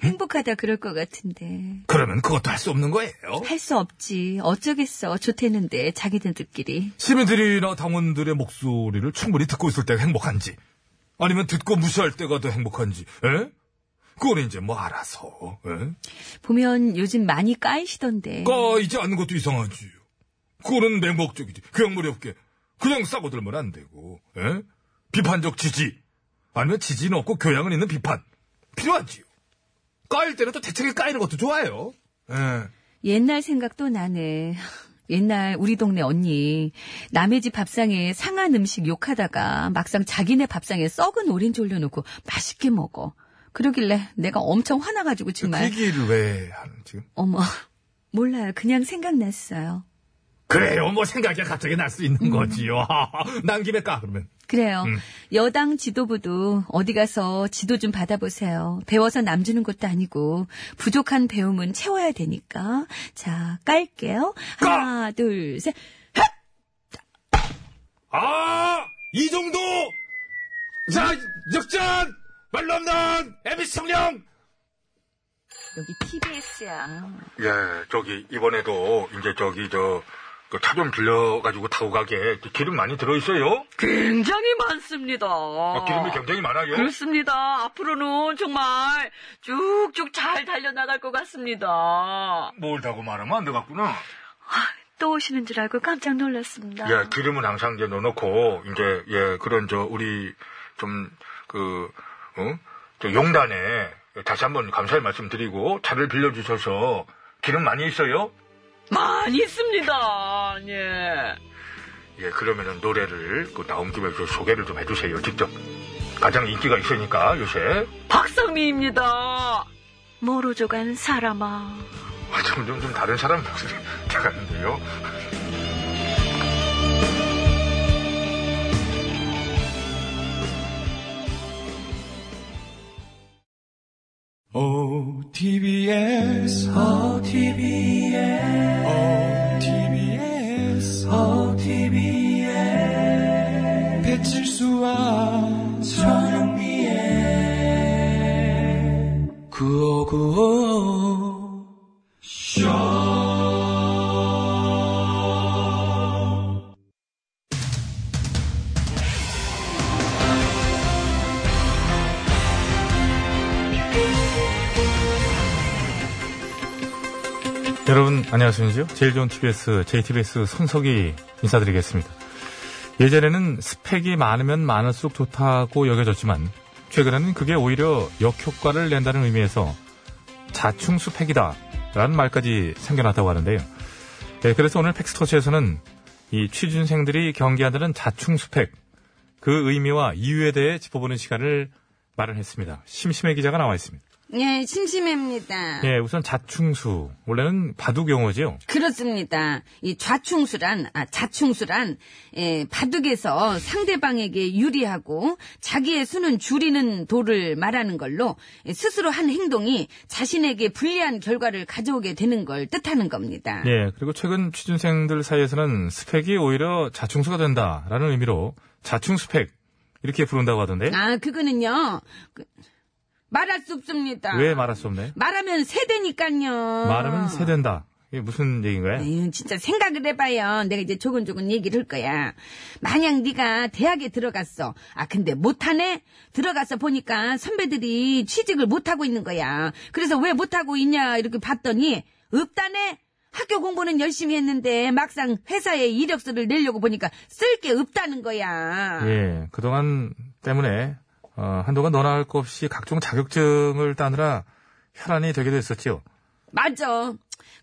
Speaker 2: 행복하다 그럴 것 같은데
Speaker 1: 그러면 그것도 할 수 없는 거예요.
Speaker 2: 할 수 없지 어쩌겠어 좋대는데 자기네들끼리
Speaker 1: 시민들이나 당원들의 목소리를 충분히 듣고 있을 때가 행복한지, 아니면 듣고 무시할 때가 더 행복한지, 에? 그건 이제 뭐 알아서, 에?
Speaker 2: 보면 요즘 많이 까이시던데.
Speaker 1: 까이지 않는 것도 이상하지. 그거는 맹목적이지. 그양머리 없게. 그냥 싸고 들면 안 되고, 에? 비판적 지지. 아니면 지지는 없고 교양은 있는 비판. 필요하지요. 까일 때는 또 대책에 까이는 것도 좋아요. 예.
Speaker 2: 옛날 생각도 나네. 옛날 우리 동네 언니 남의 집 밥상에 상한 음식 욕하다가 막상 자기네 밥상에 썩은 오렌지 올려놓고 맛있게 먹어. 그러길래 내가 엄청 화나가지고
Speaker 1: 그
Speaker 2: 정말
Speaker 1: 얘기를 왜 하는, 지금?
Speaker 2: 어머 몰라요 그냥 생각났어요.
Speaker 1: 그래요. 뭐 생각이 갑자기 날 수 있는 거지요. 난 김에 까, 그러면.
Speaker 2: 그래요.
Speaker 1: 음.
Speaker 2: 여당 지도부도 어디 가서 지도 좀 받아보세요. 배워서 남주는 것도 아니고 부족한 배움은 채워야 되니까. 자 깔게요. 하나 둘 셋.
Speaker 1: 아! 이 정도! 자, 역전! 말로 없는 MBC 성령!
Speaker 2: 여기 TBS야.
Speaker 1: 예, 저기, 이번에도, 이제 저기, 저, 차 좀 빌려가지고 타고 가게 기름 많이 들어있어요?
Speaker 9: 굉장히 많습니다.
Speaker 1: 아, 기름이 굉장히 많아요?
Speaker 9: 그렇습니다. 앞으로는 정말 쭉쭉 잘 달려나갈 것 같습니다.
Speaker 1: 뭘 타고 말하면 안 되겠구나.
Speaker 2: 또 오시는 줄 알고 깜짝 놀랐습니다.
Speaker 1: 예, 기름은 항상 이제 넣어놓고, 이제, 예, 그런 저, 우리, 좀, 그, 어? 저 용단에 다시 한번 감사의 말씀 드리고, 차를 빌려주셔서, 기름 많이 있어요?
Speaker 9: 많이 있습니다. 예.
Speaker 1: 예, 그러면은 노래를 그 나온 김에 그 소개를 좀 해주세요, 직접. 가장 인기가 있으니까, 요새.
Speaker 9: 박상미입니다.
Speaker 2: 모로조 간 사람아.
Speaker 1: 아, 점점 좀 다른 사람 목소리 나가는데요.
Speaker 6: OTBS, OTBS, 어, OTBS, OTBS, 배칠수와 저녁미에 9595
Speaker 10: 아
Speaker 1: 안녕하십니까. 제일 좋은 TBS, JTBS 손석희 인사드리겠습니다. 예전에는 스펙이 많으면 많을수록 좋다고 여겨졌지만, 최근에는 그게 오히려 역효과를 낸다는 의미에서 자충 스펙이다. 라는 말까지 생겨났다고 하는데요. 네, 그래서 오늘 팩스터치에서는 이 취준생들이 경기한다는 자충 스펙, 그 의미와 이유에 대해 짚어보는 시간을 마련했습니다. 심심해 기자가 나와 있습니다.
Speaker 2: 예, 심심합니다.
Speaker 1: 예, 우선 자충수. 원래는 바둑 용어지요.
Speaker 2: 그렇습니다. 이 좌충수란, 아, 자충수란, 예, 바둑에서 상대방에게 유리하고 자기의 수는 줄이는 도를 말하는 걸로 예, 스스로 한 행동이 자신에게 불리한 결과를 가져오게 되는 걸 뜻하는 겁니다.
Speaker 1: 예, 그리고 최근 취준생들 사이에서는 스펙이 오히려 자충수가 된다라는 의미로 자충 스펙 이렇게 부른다고 하던데
Speaker 2: 아, 그거는요. 그, 말할 수 없습니다.
Speaker 1: 왜 말할 수 없네?
Speaker 2: 말하면 세대니까요.
Speaker 1: 말하면 세된다. 이게 무슨 얘기인가요?
Speaker 2: 에휴, 진짜 생각을 해봐요. 내가 이제 조근조근 얘기를 할 거야. 만약 네가 대학에 들어갔어. 아 근데 못하네? 들어가서 보니까 선배들이 취직을 못하고 있는 거야. 그래서 왜 못하고 있냐 이렇게 봤더니 없다네? 학교 공부는 열심히 했는데 막상 회사에 이력서를 내려고 보니까 쓸 게 없다는 거야.
Speaker 1: 예, 그동안 때문에 어, 한동안 너나 할 것 없이 각종 자격증을 따느라 혈안이 되기도 했었지요.
Speaker 2: 맞아.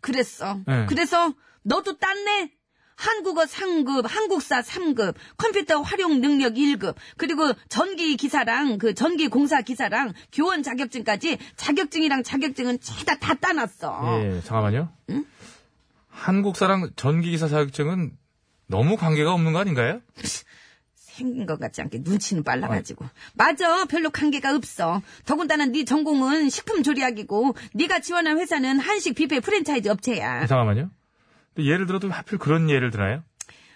Speaker 2: 그랬어.
Speaker 1: 네.
Speaker 2: 그래서 너도 땄네? 한국어 3급, 한국사 3급, 컴퓨터 활용 능력 1급, 그리고 전기 기사랑 그 전기 공사 기사랑 교원 자격증까지 자격증이랑 자격증은 죄다 다 따놨어.
Speaker 1: 예, 잠깐만요. 한국사랑 전기기사 자격증은 너무 관계가 없는 거 아닌가요?
Speaker 2: 생긴 것 같지 않게 눈치는 빨라가지고.
Speaker 1: 어.
Speaker 2: 맞아. 별로 관계가 없어. 더군다나 네 전공은 식품 조리학이고 네가 지원한 회사는 한식 뷔페 프랜차이즈 업체야.
Speaker 1: 잠깐만요. 근데 예를 들어도 하필 그런 예를 드나요?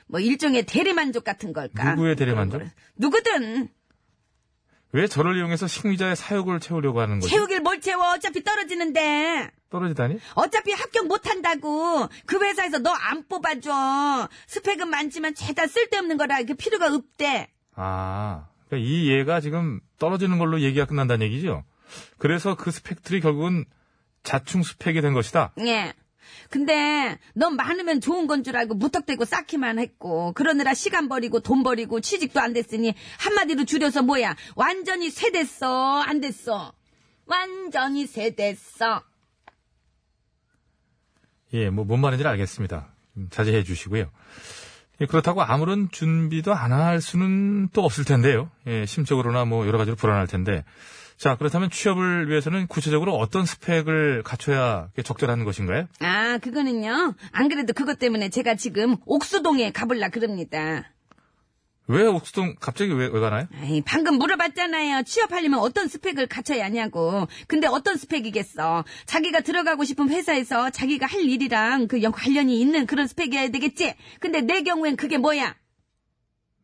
Speaker 2: 뭐 일종의 대리만족 같은 걸까?
Speaker 1: 누구의 대리만족?
Speaker 2: 그런 거를. 누구든
Speaker 1: 왜 저를 이용해서 식미자의 사욕을 채우려고 하는 거지?
Speaker 2: 채우길 뭘 채워 어차피 떨어지는데
Speaker 1: 떨어지다니?
Speaker 2: 어차피 합격 못한다고 그 회사에서 너 안 뽑아줘 스펙은 많지만 죄다 쓸데없는 거라 그 필요가 없대
Speaker 1: 아, 그러니까 이 얘가 지금 떨어지는 걸로 얘기가 끝난다는 얘기죠? 그래서 그 스펙들이 결국은 자충 스펙이 된 것이다.
Speaker 2: 예 근데 넌 많으면 좋은 건 줄 알고 무턱대고 쌓기만 했고 그러느라 시간 버리고 돈 버리고 취직도 안 됐으니 한마디로 줄여서 뭐야 완전히 쇠 됐어 안 됐어 완전히 쇠 됐어
Speaker 1: 예, 뭐, 뭔 말인지 알겠습니다. 음, 자제해 주시고요. 예, 그렇다고 아무런 준비도 안 할 수는 또 없을 텐데요. 예, 심적으로나 뭐 여러 가지로 불안할 텐데. 자, 그렇다면 취업을 위해서는 구체적으로 어떤 스펙을 갖춰야 적절한 것인가요?
Speaker 2: 아, 그거는요. 안 그래도 그것 때문에 제가 지금 옥수동에 가볼라 그럽니다.
Speaker 1: 왜 옥수동 갑자기 왜, 왜 가나요?
Speaker 2: 아이, 방금 물어봤잖아요. 취업하려면 어떤 스펙을 갖춰야 하냐고. 근데 어떤 스펙이겠어? 자기가 들어가고 싶은 회사에서 자기가 할 일이랑 그 연- 관련이 있는 그런 스펙이어야 되겠지? 근데 내 경우엔 그게 뭐야?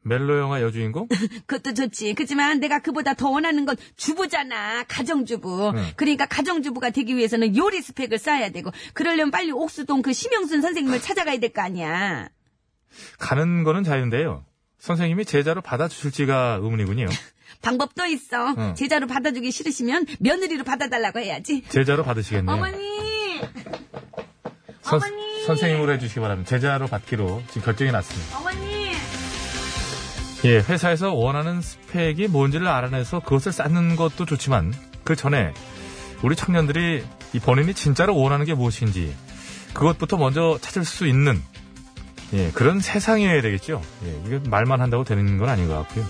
Speaker 1: 멜로 영화 여주인공?
Speaker 2: 그것도 좋지. 그지만 내가 그보다 더 원하는 건 주부잖아. 가정주부.
Speaker 1: 네.
Speaker 2: 그러니까 가정주부가 되기 위해서는 요리 스펙을 쌓아야 되고, 그러려면 빨리 옥수동 그 심영순 선생님을 찾아가야 될 거 아니야.
Speaker 1: 가는 거는 자유인데요. 선생님이 제자로 받아주실지가 의문이군요.
Speaker 2: 방법도 있어.
Speaker 1: 응.
Speaker 2: 제자로 받아주기 싫으시면 며느리로 받아달라고 해야지.
Speaker 1: 제자로 받으시겠네요.
Speaker 2: 어머니!
Speaker 1: 선,
Speaker 2: 어머니!
Speaker 1: 선생님으로 해주시기 바랍니다. 제자로 받기로 지금 결정이 났습니다.
Speaker 2: 어머니!
Speaker 1: 예, 회사에서 원하는 스펙이 뭔지를 알아내서 그것을 쌓는 것도 좋지만 그 전에 우리 청년들이 이 본인이 진짜로 원하는 게 무엇인지 그것부터 먼저 찾을 수 있는 예, 그런 세상이어야 되겠죠. 예, 이게 말만 한다고 되는 건 아닌 것 같고요.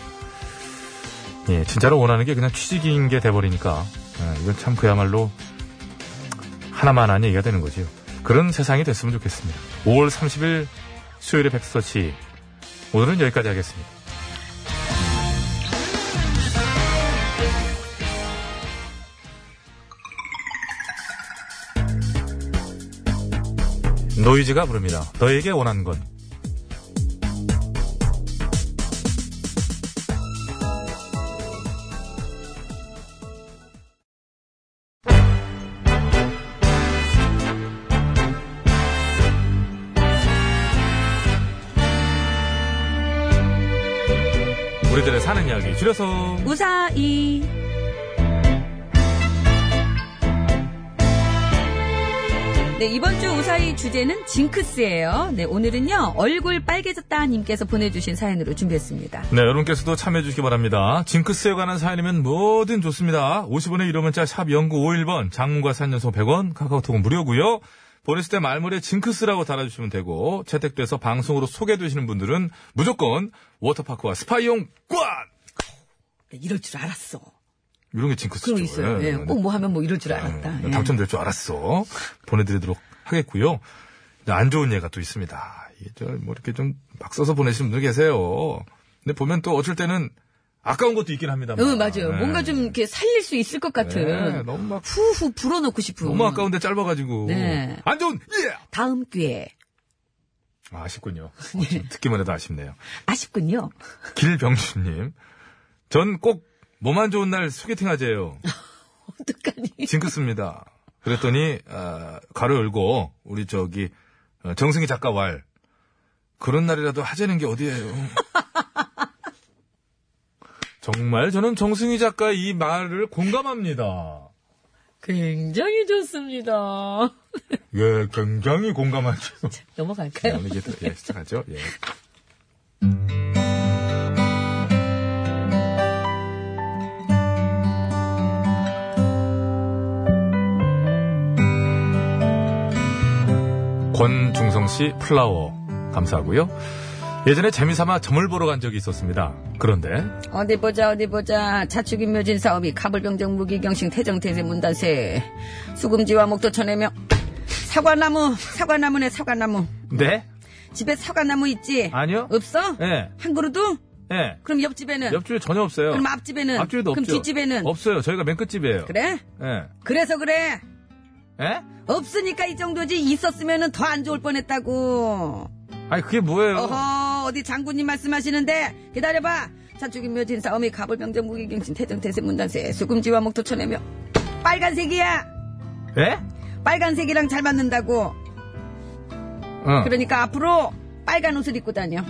Speaker 1: 예, 진짜로 원하는 게 그냥 취직인 게 돼버리니까 예, 이건 참 그야말로 하나만 한 얘기가 되는 거죠. 그런 세상이 됐으면 좋겠습니다. 5월 30일 수요일의 백서치 오늘은 여기까지 하겠습니다. 노이즈가 부릅니다. 너에게 원한 건. 우리들의 사는 이야기 줄여서
Speaker 2: 우사이.
Speaker 8: 네, 이번 주 우사히 주제는 징크스예요. 네, 오늘은요. 얼굴 빨개졌다 님께서 보내주신 사연으로 준비했습니다.
Speaker 1: 네, 여러분께서도 참여해주시기 바랍니다. 징크스에 관한 사연이면 뭐든 좋습니다. 50원의 1호 문자 샵 0951번, 장문과 산연소 100원, 카카오톡은 무료고요 보냈을 때 말물에 징크스라고 달아주시면 되고, 채택돼서 방송으로 소개되시는 분들은 무조건 워터파크와 스파이용 꽝!
Speaker 2: 이럴 줄 알았어.
Speaker 1: 이런 게 징크스죠.
Speaker 2: 그런 거 있어요.
Speaker 1: 예,
Speaker 2: 예, 꼭 뭐 하면 뭐 이럴 줄 알았다.
Speaker 1: 예,
Speaker 2: 예.
Speaker 1: 당첨될 줄 알았어. 보내드리도록 하겠고요. 이제 안 좋은 예가 또 있습니다. 이게 저 뭐 이렇게 좀 막 써서 보내시는 분들 계세요. 근데 보면 또 어쩔 때는 아까운 것도 있긴 합니다만.
Speaker 2: 어, 맞아요.
Speaker 1: 네.
Speaker 2: 뭔가 좀 이렇게 살릴 수 있을 것
Speaker 1: 네,
Speaker 2: 같은.
Speaker 1: 너무 막
Speaker 2: 후후 불어넣고 싶은.
Speaker 1: 너무 아까운데 짧아가지고
Speaker 2: 네.
Speaker 1: 안 좋은 예.
Speaker 2: 다음 기회에.
Speaker 1: 아, 아쉽군요.
Speaker 2: 네.
Speaker 1: 어, 좀 듣기만 해도 아쉽네요.
Speaker 2: 아쉽군요.
Speaker 1: 길병준님, 전 꼭 몸안 좋은 날 소개팅 하재요.
Speaker 2: 어떡하니.
Speaker 1: 징크스입니다. 그랬더니 아, 가로 열고 우리 저기 어, 정승희 작가 왈 그런 날이라도 하재는 게 어디예요? 정말 저는 정승희 작가 이 말을 공감합니다.
Speaker 2: 굉장히 좋습니다.
Speaker 1: 예, 굉장히 공감하죠. 네,
Speaker 2: 넘어갈까요?
Speaker 1: 오늘 이제 또, 예, 시작하죠. 예. 권중성 씨 플라워 감사하고요. 예전에 재미삼아 점을 보러 간 적이 있었습니다. 그런데
Speaker 11: 어디 보자 어디 보자 자축인 묘진 사업이 가불병정 무기경식 태정태세 문단세 수금지와 목도 천해명 사과나무 사과나무네 사과나무
Speaker 1: 네?
Speaker 11: 집에 사과나무 있지
Speaker 1: 아니요?
Speaker 11: 없어?
Speaker 1: 예.
Speaker 11: 한 그루도?
Speaker 1: 예.
Speaker 11: 그럼 옆집에는?
Speaker 1: 옆줄에 전혀 없어요.
Speaker 11: 네. 그럼 앞집에는?
Speaker 1: 앞줄에도
Speaker 11: 그럼
Speaker 1: 없죠.
Speaker 11: 뒷집에는?
Speaker 1: 없어요. 저희가 맨 끝집이에요.
Speaker 11: 그래?
Speaker 1: 예.
Speaker 11: 그래서 그래
Speaker 1: 예?
Speaker 11: 없으니까 이 정도지 있었으면 더 안 좋을 뻔했다고
Speaker 1: 아니 그게 뭐예요?
Speaker 11: 어허 어디 장군님 말씀하시는데 기다려봐 자축인 묘진 사업이 가불병정 무기경식 태정태세 문단세 수금지와 목도 천해명 빨간색이야
Speaker 1: 예?
Speaker 11: 빨간색이랑 잘 맞는다고.
Speaker 1: 어.
Speaker 11: 그러니까 앞으로 빨간 옷을 입고 다녀.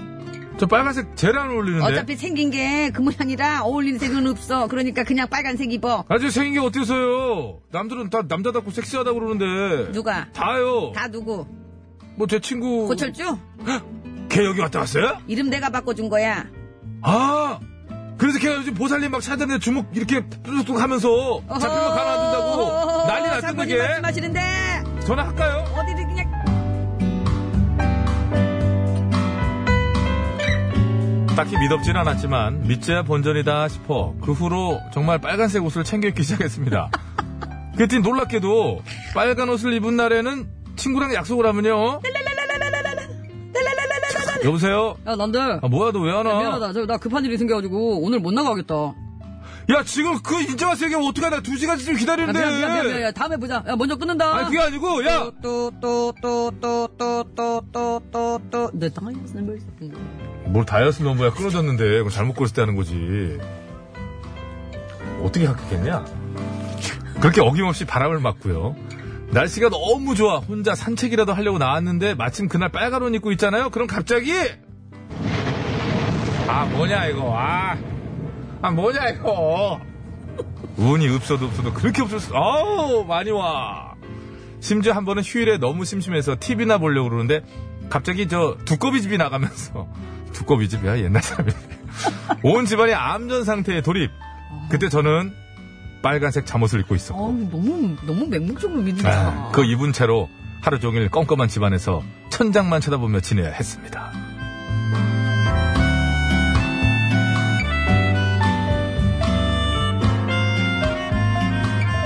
Speaker 1: 저 빨간색 제일 안 어울리는데.
Speaker 11: 어차피 생긴 게 그 모양이라 어울리는 색은 없어. 그러니까 그냥 빨간색 입어.
Speaker 1: 아주 생긴 게 어때서요? 남들은 다 남자답고 섹시하다고 그러는데.
Speaker 11: 누가?
Speaker 1: 다요.
Speaker 11: 다 누구?
Speaker 1: 뭐 제 친구.
Speaker 11: 고철주?
Speaker 1: 걔 여기 왔다 왔어요?
Speaker 11: 이름 내가 바꿔준 거야.
Speaker 1: 아! 그래서 걔가 요즘 보살님 막 찾아내 주먹 이렇게 뚝뚝 하면서 잡히면 가라앉는다고 난리 났던데
Speaker 11: 장군님
Speaker 1: 걔.
Speaker 11: 말씀하시는데
Speaker 1: 전화 할까요?
Speaker 11: 어디를 그냥
Speaker 1: 딱히 믿없진 않았지만 믿자야 본전이다 싶어 그 후로 정말 빨간색 옷을 챙겨 입기 시작했습니다. 그랬더니 놀랍게도 빨간 옷을 입은 날에는 친구랑 약속을 하면요. 여보세요?
Speaker 2: 야, 난들.
Speaker 1: 아, 뭐야, 너 왜 안 와?
Speaker 2: 미안하다. 저, 나 급한 일이 생겨가지고 오늘 못 나가겠다.
Speaker 1: 야, 지금 그 이제 와서 얘기 어떻게 하냐. 두 시간쯤
Speaker 2: 야,
Speaker 1: 기다리는데.
Speaker 2: 아, 미안, 미안, 미안, 미안. 야, 다음에 보자. 야, 먼저 끊는다.
Speaker 1: 아니, 그게 아니고, 야!
Speaker 2: 또또또또또또또또또 내 다이어스 넘버
Speaker 1: 뭘 다이어트 넘버야. 끊어졌는데. 그걸 잘못 고를 때 하는 거지. 어떻게 합격했냐? 그렇게 어김없이 바람을 맞고요. 날씨가 너무 좋아. 혼자 산책이라도 하려고 나왔는데, 마침 그날 빨간 옷 입고 있잖아요. 그럼 갑자기! 아, 뭐냐, 이거. 아. 아, 뭐냐, 이거. 운이 없어도 없어도 그렇게 없을 수, 아우, 많이 와. 심지어 한 번은 휴일에 너무 심심해서 TV나 보려고 그러는데 갑자기 저 두꺼비집이 나가면서 두꺼비집이야 옛날 사람이 온 집안이 암전 상태에 돌입 그때 저는 빨간색 잠옷을 입고 있었고
Speaker 2: 어우 너무 너무 맹목적으로 믿는다
Speaker 1: 아, 그 입은 채로 하루 종일 껌껌한 집안에서 천장만 쳐다보며 지내야 했습니다.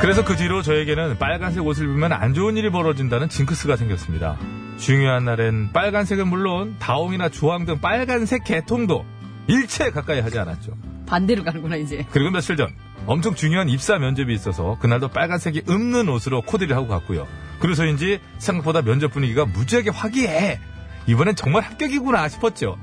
Speaker 1: 그래서 그 뒤로 저에게는 빨간색 옷을 입으면 안 좋은 일이 벌어진다는 징크스가 생겼습니다. 중요한 날엔 빨간색은 물론 다홍이나 주황 등 빨간색 개통도 일체 가까이 하지 않았죠.
Speaker 2: 반대로 가는구나 이제
Speaker 1: 그리고 며칠 전 엄청 중요한 입사 면접이 있어서 그날도 빨간색이 없는 옷으로 코디를 하고 갔고요. 그래서인지 생각보다 면접 분위기가 무지하게 화기해. 이번엔 정말 합격이구나 싶었죠.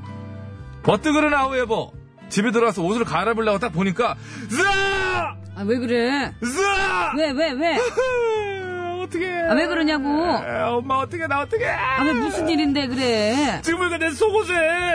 Speaker 1: 버뜨그른 아우에버 집에 들어와서 옷을 갈아입으려고 딱 보니까 으아!
Speaker 2: 아 왜 그래
Speaker 1: 으아!
Speaker 2: 왜 왜 왜 아 왜
Speaker 1: 어떻게
Speaker 2: 그러냐고
Speaker 1: 엄마 어떻게 나 어떻게
Speaker 2: 아 왜 무슨 뭐. 일인데 그래
Speaker 1: 지금 보니까 내 속옷에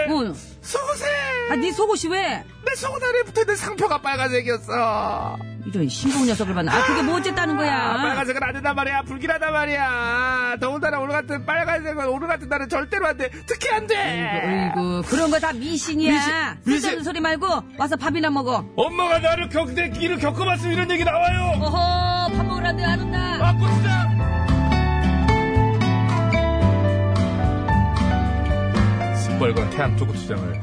Speaker 2: 어아네
Speaker 1: 속옷에
Speaker 2: 아, 네 속옷이 왜
Speaker 1: 내 속옷 안에 붙어있는 상표가 빨간색이었어
Speaker 2: 이런 신봉 녀석을 봤나. 아, 그게 뭐 어쨌다는 거야.
Speaker 3: 아, 빨간색은 안 된단 말이야. 불길하단 말이야. 더군다나 오늘 같은 빨간색은 오늘 같은 날은 절대로 안 돼. 특히 안 돼.
Speaker 2: 아이고, 그런 거 다 미신이야.
Speaker 3: 미신, 미신.
Speaker 2: 쓸데없는 소리 말고 와서 밥이나 먹어.
Speaker 3: 엄마가 나를 겪대 길을 겪어봤으면 이런 얘기 나와요.
Speaker 2: 어허, 밥 먹으라는데 안 온다.
Speaker 3: 아, 꽃이다.
Speaker 1: 시뻘건 태안 초고추장을.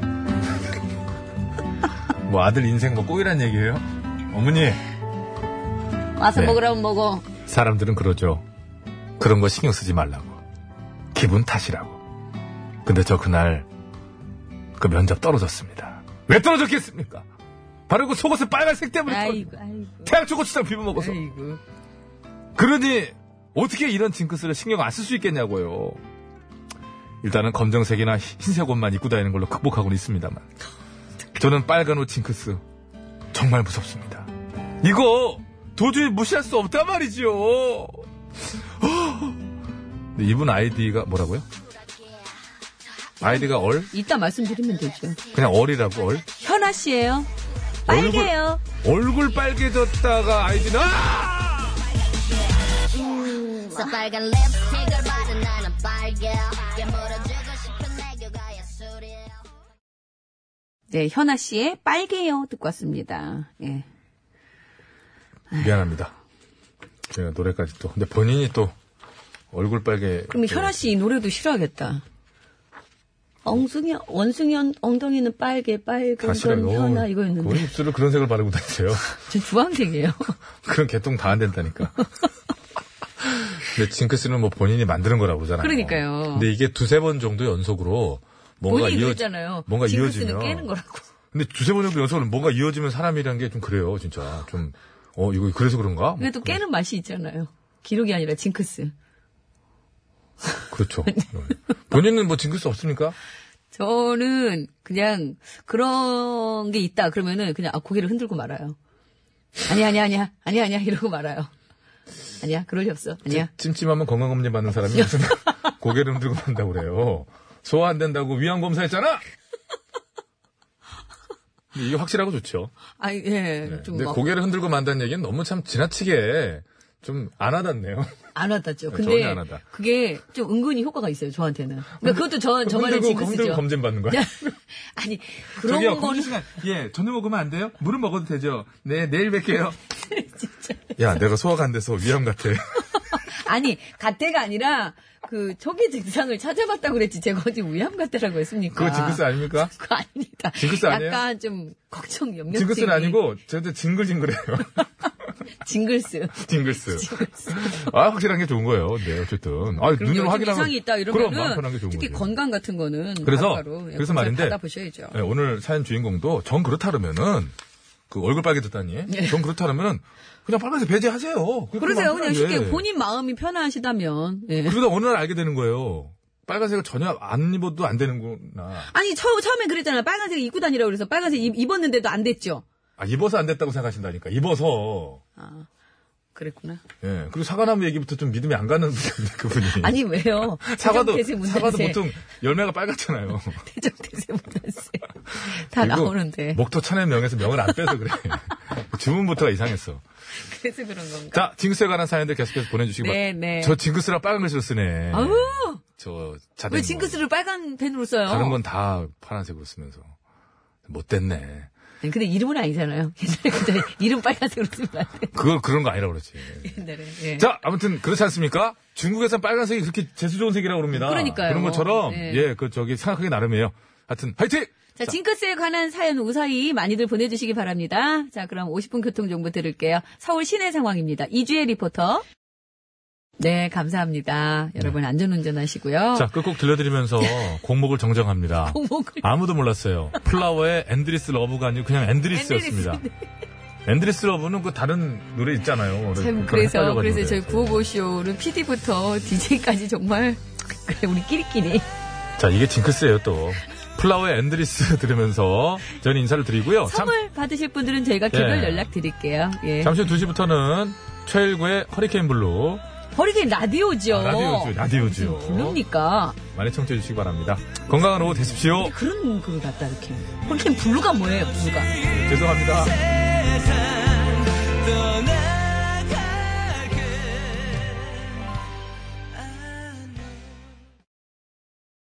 Speaker 1: 뭐 아들 인생 뭐 꼭이란 얘기예요? 어머니,
Speaker 2: 와서
Speaker 1: 네.
Speaker 2: 먹으라면 먹어.
Speaker 1: 사람들은 그러죠. 그런 거 신경 쓰지 말라고. 기분 탓이라고. 근데 저 그날 그 면접 떨어졌습니다. 왜 떨어졌겠습니까? 바로 그 속옷에 빨간색 때문에
Speaker 2: 아이고, 아이고,
Speaker 1: 태양 초고추장 비벼 먹어서.
Speaker 2: 아이고.
Speaker 1: 그러니 어떻게 이런 징크스를 신경 안 쓸 수 있겠냐고요. 일단은 검정색이나 흰색 옷만 입고 다니는 걸로 극복하고는 있습니다만. 저는 빨간 옷 징크스 정말 무섭습니다. 이거 도저히 무시할 수 없단 말이죠. 근데 이분 아이디가 뭐라고요? 아이디가 얼?
Speaker 2: 이따 말씀드리면 되죠.
Speaker 1: 그냥 얼이라고 얼?
Speaker 2: 현아 씨예요.
Speaker 1: 얼굴-
Speaker 2: 빨개요.
Speaker 1: 얼굴 빨개졌다가 아이디는 아!
Speaker 4: 저 빨간 립스틱을 바른 나는 빨개 물어주고 싶은 애교가야 술이에요
Speaker 2: 네, 현아 씨의 빨개요 듣고 왔습니다. 예.
Speaker 1: 미안합니다. 제가 노래까지 또. 근데 본인이 또 얼굴 빨개.
Speaker 2: 그럼 현아 씨 이 노래도 싫어하겠다. 엉숭이 엉숭이 엉- 엉덩이는 빨개 빨간
Speaker 1: 다 싫어요.
Speaker 2: 건 현아 이거였는데
Speaker 1: 그 입술을 그런 색을 바르고 다니세요.
Speaker 2: 저 주황색이에요.
Speaker 1: 그런 개똥 다 안 된다니까. 근데 징크스는 뭐 본인이 만드는 거라고 그러잖아요.
Speaker 2: 그러니까요.
Speaker 1: 근데 이게 두세 번 정도 연속으로 뭔가
Speaker 2: 본인이
Speaker 1: 이어
Speaker 2: 그랬잖아요.
Speaker 1: 뭔가
Speaker 2: 징크스는
Speaker 1: 이어지면 그러니까.
Speaker 2: 깨는 거라고.
Speaker 1: 근데 두세 번 정도 연속으로 뭔가 이어지면 사람이란 게 좀 그래요, 진짜. 좀 어, 이거 그래서 그런가?
Speaker 2: 그래도
Speaker 1: 뭐,
Speaker 2: 깨는 맛이 있잖아요. 기록이 아니라 징크스.
Speaker 1: 그렇죠. 네. 본인은 뭐 징크스 없습니까?
Speaker 2: 저는 그냥 그런 게 있다 그러면은 그냥 아, 고개를 흔들고 말아요. 아니야 아니야 아니야 아니야 아니야 이러고 말아요. 아니야 그럴 리 없어. 아니야.
Speaker 1: 찜찜하면 건강검진 받는 사람이 무슨 고개를 흔들고 한다고 그래요. 소화 안 된다고 위안검사 했잖아! 근데 이게 확실하고 좋죠.
Speaker 2: 아 예.
Speaker 1: 네.
Speaker 2: 좀
Speaker 1: 근데
Speaker 2: 막
Speaker 1: 고개를 흔들고 만다는 얘기는 너무 참 지나치게 좀 안 와닿네요.
Speaker 2: 안 와닿죠.
Speaker 1: 네,
Speaker 2: 근데
Speaker 1: 전혀 안 와닿아.
Speaker 2: 그게 좀 은근히 효과가 있어요, 저한테는. 그러니까 그것도 저, 저만의
Speaker 1: 흔들고, 흔들고
Speaker 2: 징크스죠.
Speaker 1: 검진 받는 거야.
Speaker 2: 아니, 그런 거는
Speaker 3: 예, 저녁 먹으면 안 돼요? 물은 먹어도 되죠. 네, 내일 뵐게요.
Speaker 1: 야, 내가 소화가 안 돼서 위암 같아.
Speaker 2: 아니, 가태가 아니라 그 초기 증상을 찾아봤다고 그랬지. 제가 어디 위암 가태라고 했습니까?
Speaker 1: 그거 징크스 아닙니까?
Speaker 2: 그거 아니다.
Speaker 1: 징크스 아니에요?
Speaker 2: 약간 좀 걱정 염려증.
Speaker 1: 징크스는 아니고, 저한테 징글징글해요.
Speaker 2: 징글스.
Speaker 1: 징글스. 아, 확실한 게 좋은 거예요. 네, 어쨌든. 아,
Speaker 2: 그럼
Speaker 1: 눈으로
Speaker 2: 요즘
Speaker 1: 확인하면.
Speaker 2: 이상이 있다
Speaker 1: 그럼 마음 편한 게
Speaker 2: 이러면은
Speaker 1: 좋은
Speaker 2: 특히
Speaker 1: 거죠.
Speaker 2: 건강 같은 거는
Speaker 1: 그래서-
Speaker 2: 바로바로 예,
Speaker 1: 그래서
Speaker 2: 검사를
Speaker 1: 말인데
Speaker 2: 받아보셔야죠.
Speaker 1: 네, 오늘 사연 주인공도 전 그렇다면은 그 얼굴 빨개졌다니. 전 그렇다면은 그냥 빨간색 배제하세요. 그렇게
Speaker 2: 네. 그러세요.
Speaker 1: 마음
Speaker 2: 그냥
Speaker 1: 편하게.
Speaker 2: 쉽게 본인 마음이 편하시다면. 예.
Speaker 1: 그러다 어느 날 알게 되는 거예요. 빨간색을 전혀 안 입어도 안 되는구나.
Speaker 2: 아니 처, 처음에 그랬잖아요. 빨간색 입고 다니라고 그래서 빨간색 입, 입었는데도 안 됐죠.
Speaker 1: 아, 입어서 안 됐다고 생각하신다니까. 입어서.
Speaker 2: 아 그랬구나.
Speaker 1: 예. 그리고 사과나무 얘기부터 좀 믿음이 안 가는 분인데, 그분이.
Speaker 2: 아니 왜요?
Speaker 1: 사과도,
Speaker 2: 태세 문단세.
Speaker 1: 사과도 보통 열매가 빨갛잖아요.
Speaker 2: 태종 태세 문단세 다
Speaker 1: 그리고 뭐-
Speaker 2: 나오는데
Speaker 1: 목토 천의 명에서 명을 안 빼서 그래. 주문부터가 이상했어.
Speaker 2: 그래서 그런 건가?
Speaker 1: 자, 징크스에 관한 사연들 계속해서 보내주시기 바랍니다.
Speaker 2: 네 네.
Speaker 1: 저 징크스랑 빨간 글씨로 쓰네.
Speaker 2: 아우
Speaker 1: 저 자대.
Speaker 2: 왜 징크스를 빨간 펜으로 써요?
Speaker 1: 다른 건 다 파란색으로 쓰면서 못됐네.
Speaker 2: 네, 근데 이름은 아니잖아요. 옛날에 그때 이름 빨간색으로 쓰면 안 돼.
Speaker 1: 그걸 그런 거 아니라 그러지. 네,
Speaker 2: 옛날에. 예.
Speaker 1: 자, 아무튼 그렇지 않습니까? 중국에선 빨간색이 그렇게 재수 좋은 색이라고 그럽니다.
Speaker 2: 그러니까요.
Speaker 1: 런 것처럼
Speaker 2: 네.
Speaker 1: 예, 그 저기 생각하기 나름이에요. 하여튼 화이팅!
Speaker 2: 자, 징크스에 관한 사연 우사히 많이들 보내주시기 바랍니다. 자, 그럼 50분 교통정보 들을게요. 서울 시내 상황입니다. 이주혜 리포터. 네, 감사합니다. 여러분 안전운전 하시고요.
Speaker 1: 네. 자, 끝곡 들려드리면서 공목을 정정합니다.
Speaker 2: 공목을.
Speaker 1: 아무도 몰랐어요. 플라워의 앤드리스 러브가 아니고 그냥 앤드리스였습니다. 앤드리스 러브는 그 다른 노래 있잖아요.
Speaker 2: 참,
Speaker 1: 그런
Speaker 2: 그래서,
Speaker 1: 헷갈려가지고
Speaker 2: 그래서 저희
Speaker 1: 그래요.
Speaker 2: 구호보쇼는 PD부터 DJ까지 정말, 그래, 우리 끼리끼리.
Speaker 1: 자, 이게 징크스예요, 또. 플라워의 앤드리스 들으면서 저는 인사를 드리고요. 잠-
Speaker 2: 선물 받으실 분들은 저희가 개별
Speaker 1: 예.
Speaker 2: 연락 드릴게요. 예.
Speaker 1: 잠시 후 2시부터는 최일구의 허리케인 블루.
Speaker 2: 허리케인 라디오죠.
Speaker 1: 아, 라디오죠, 어. 라디오죠.
Speaker 2: 무슨 블루입니까?
Speaker 1: 많이 청취해주시기 바랍니다. 건강한 오후 되십시오.
Speaker 2: 그런, 그거 같다, 이렇게. 허리케인 블루가 뭐예요, 블루가.
Speaker 1: 죄송합니다.
Speaker 5: 세상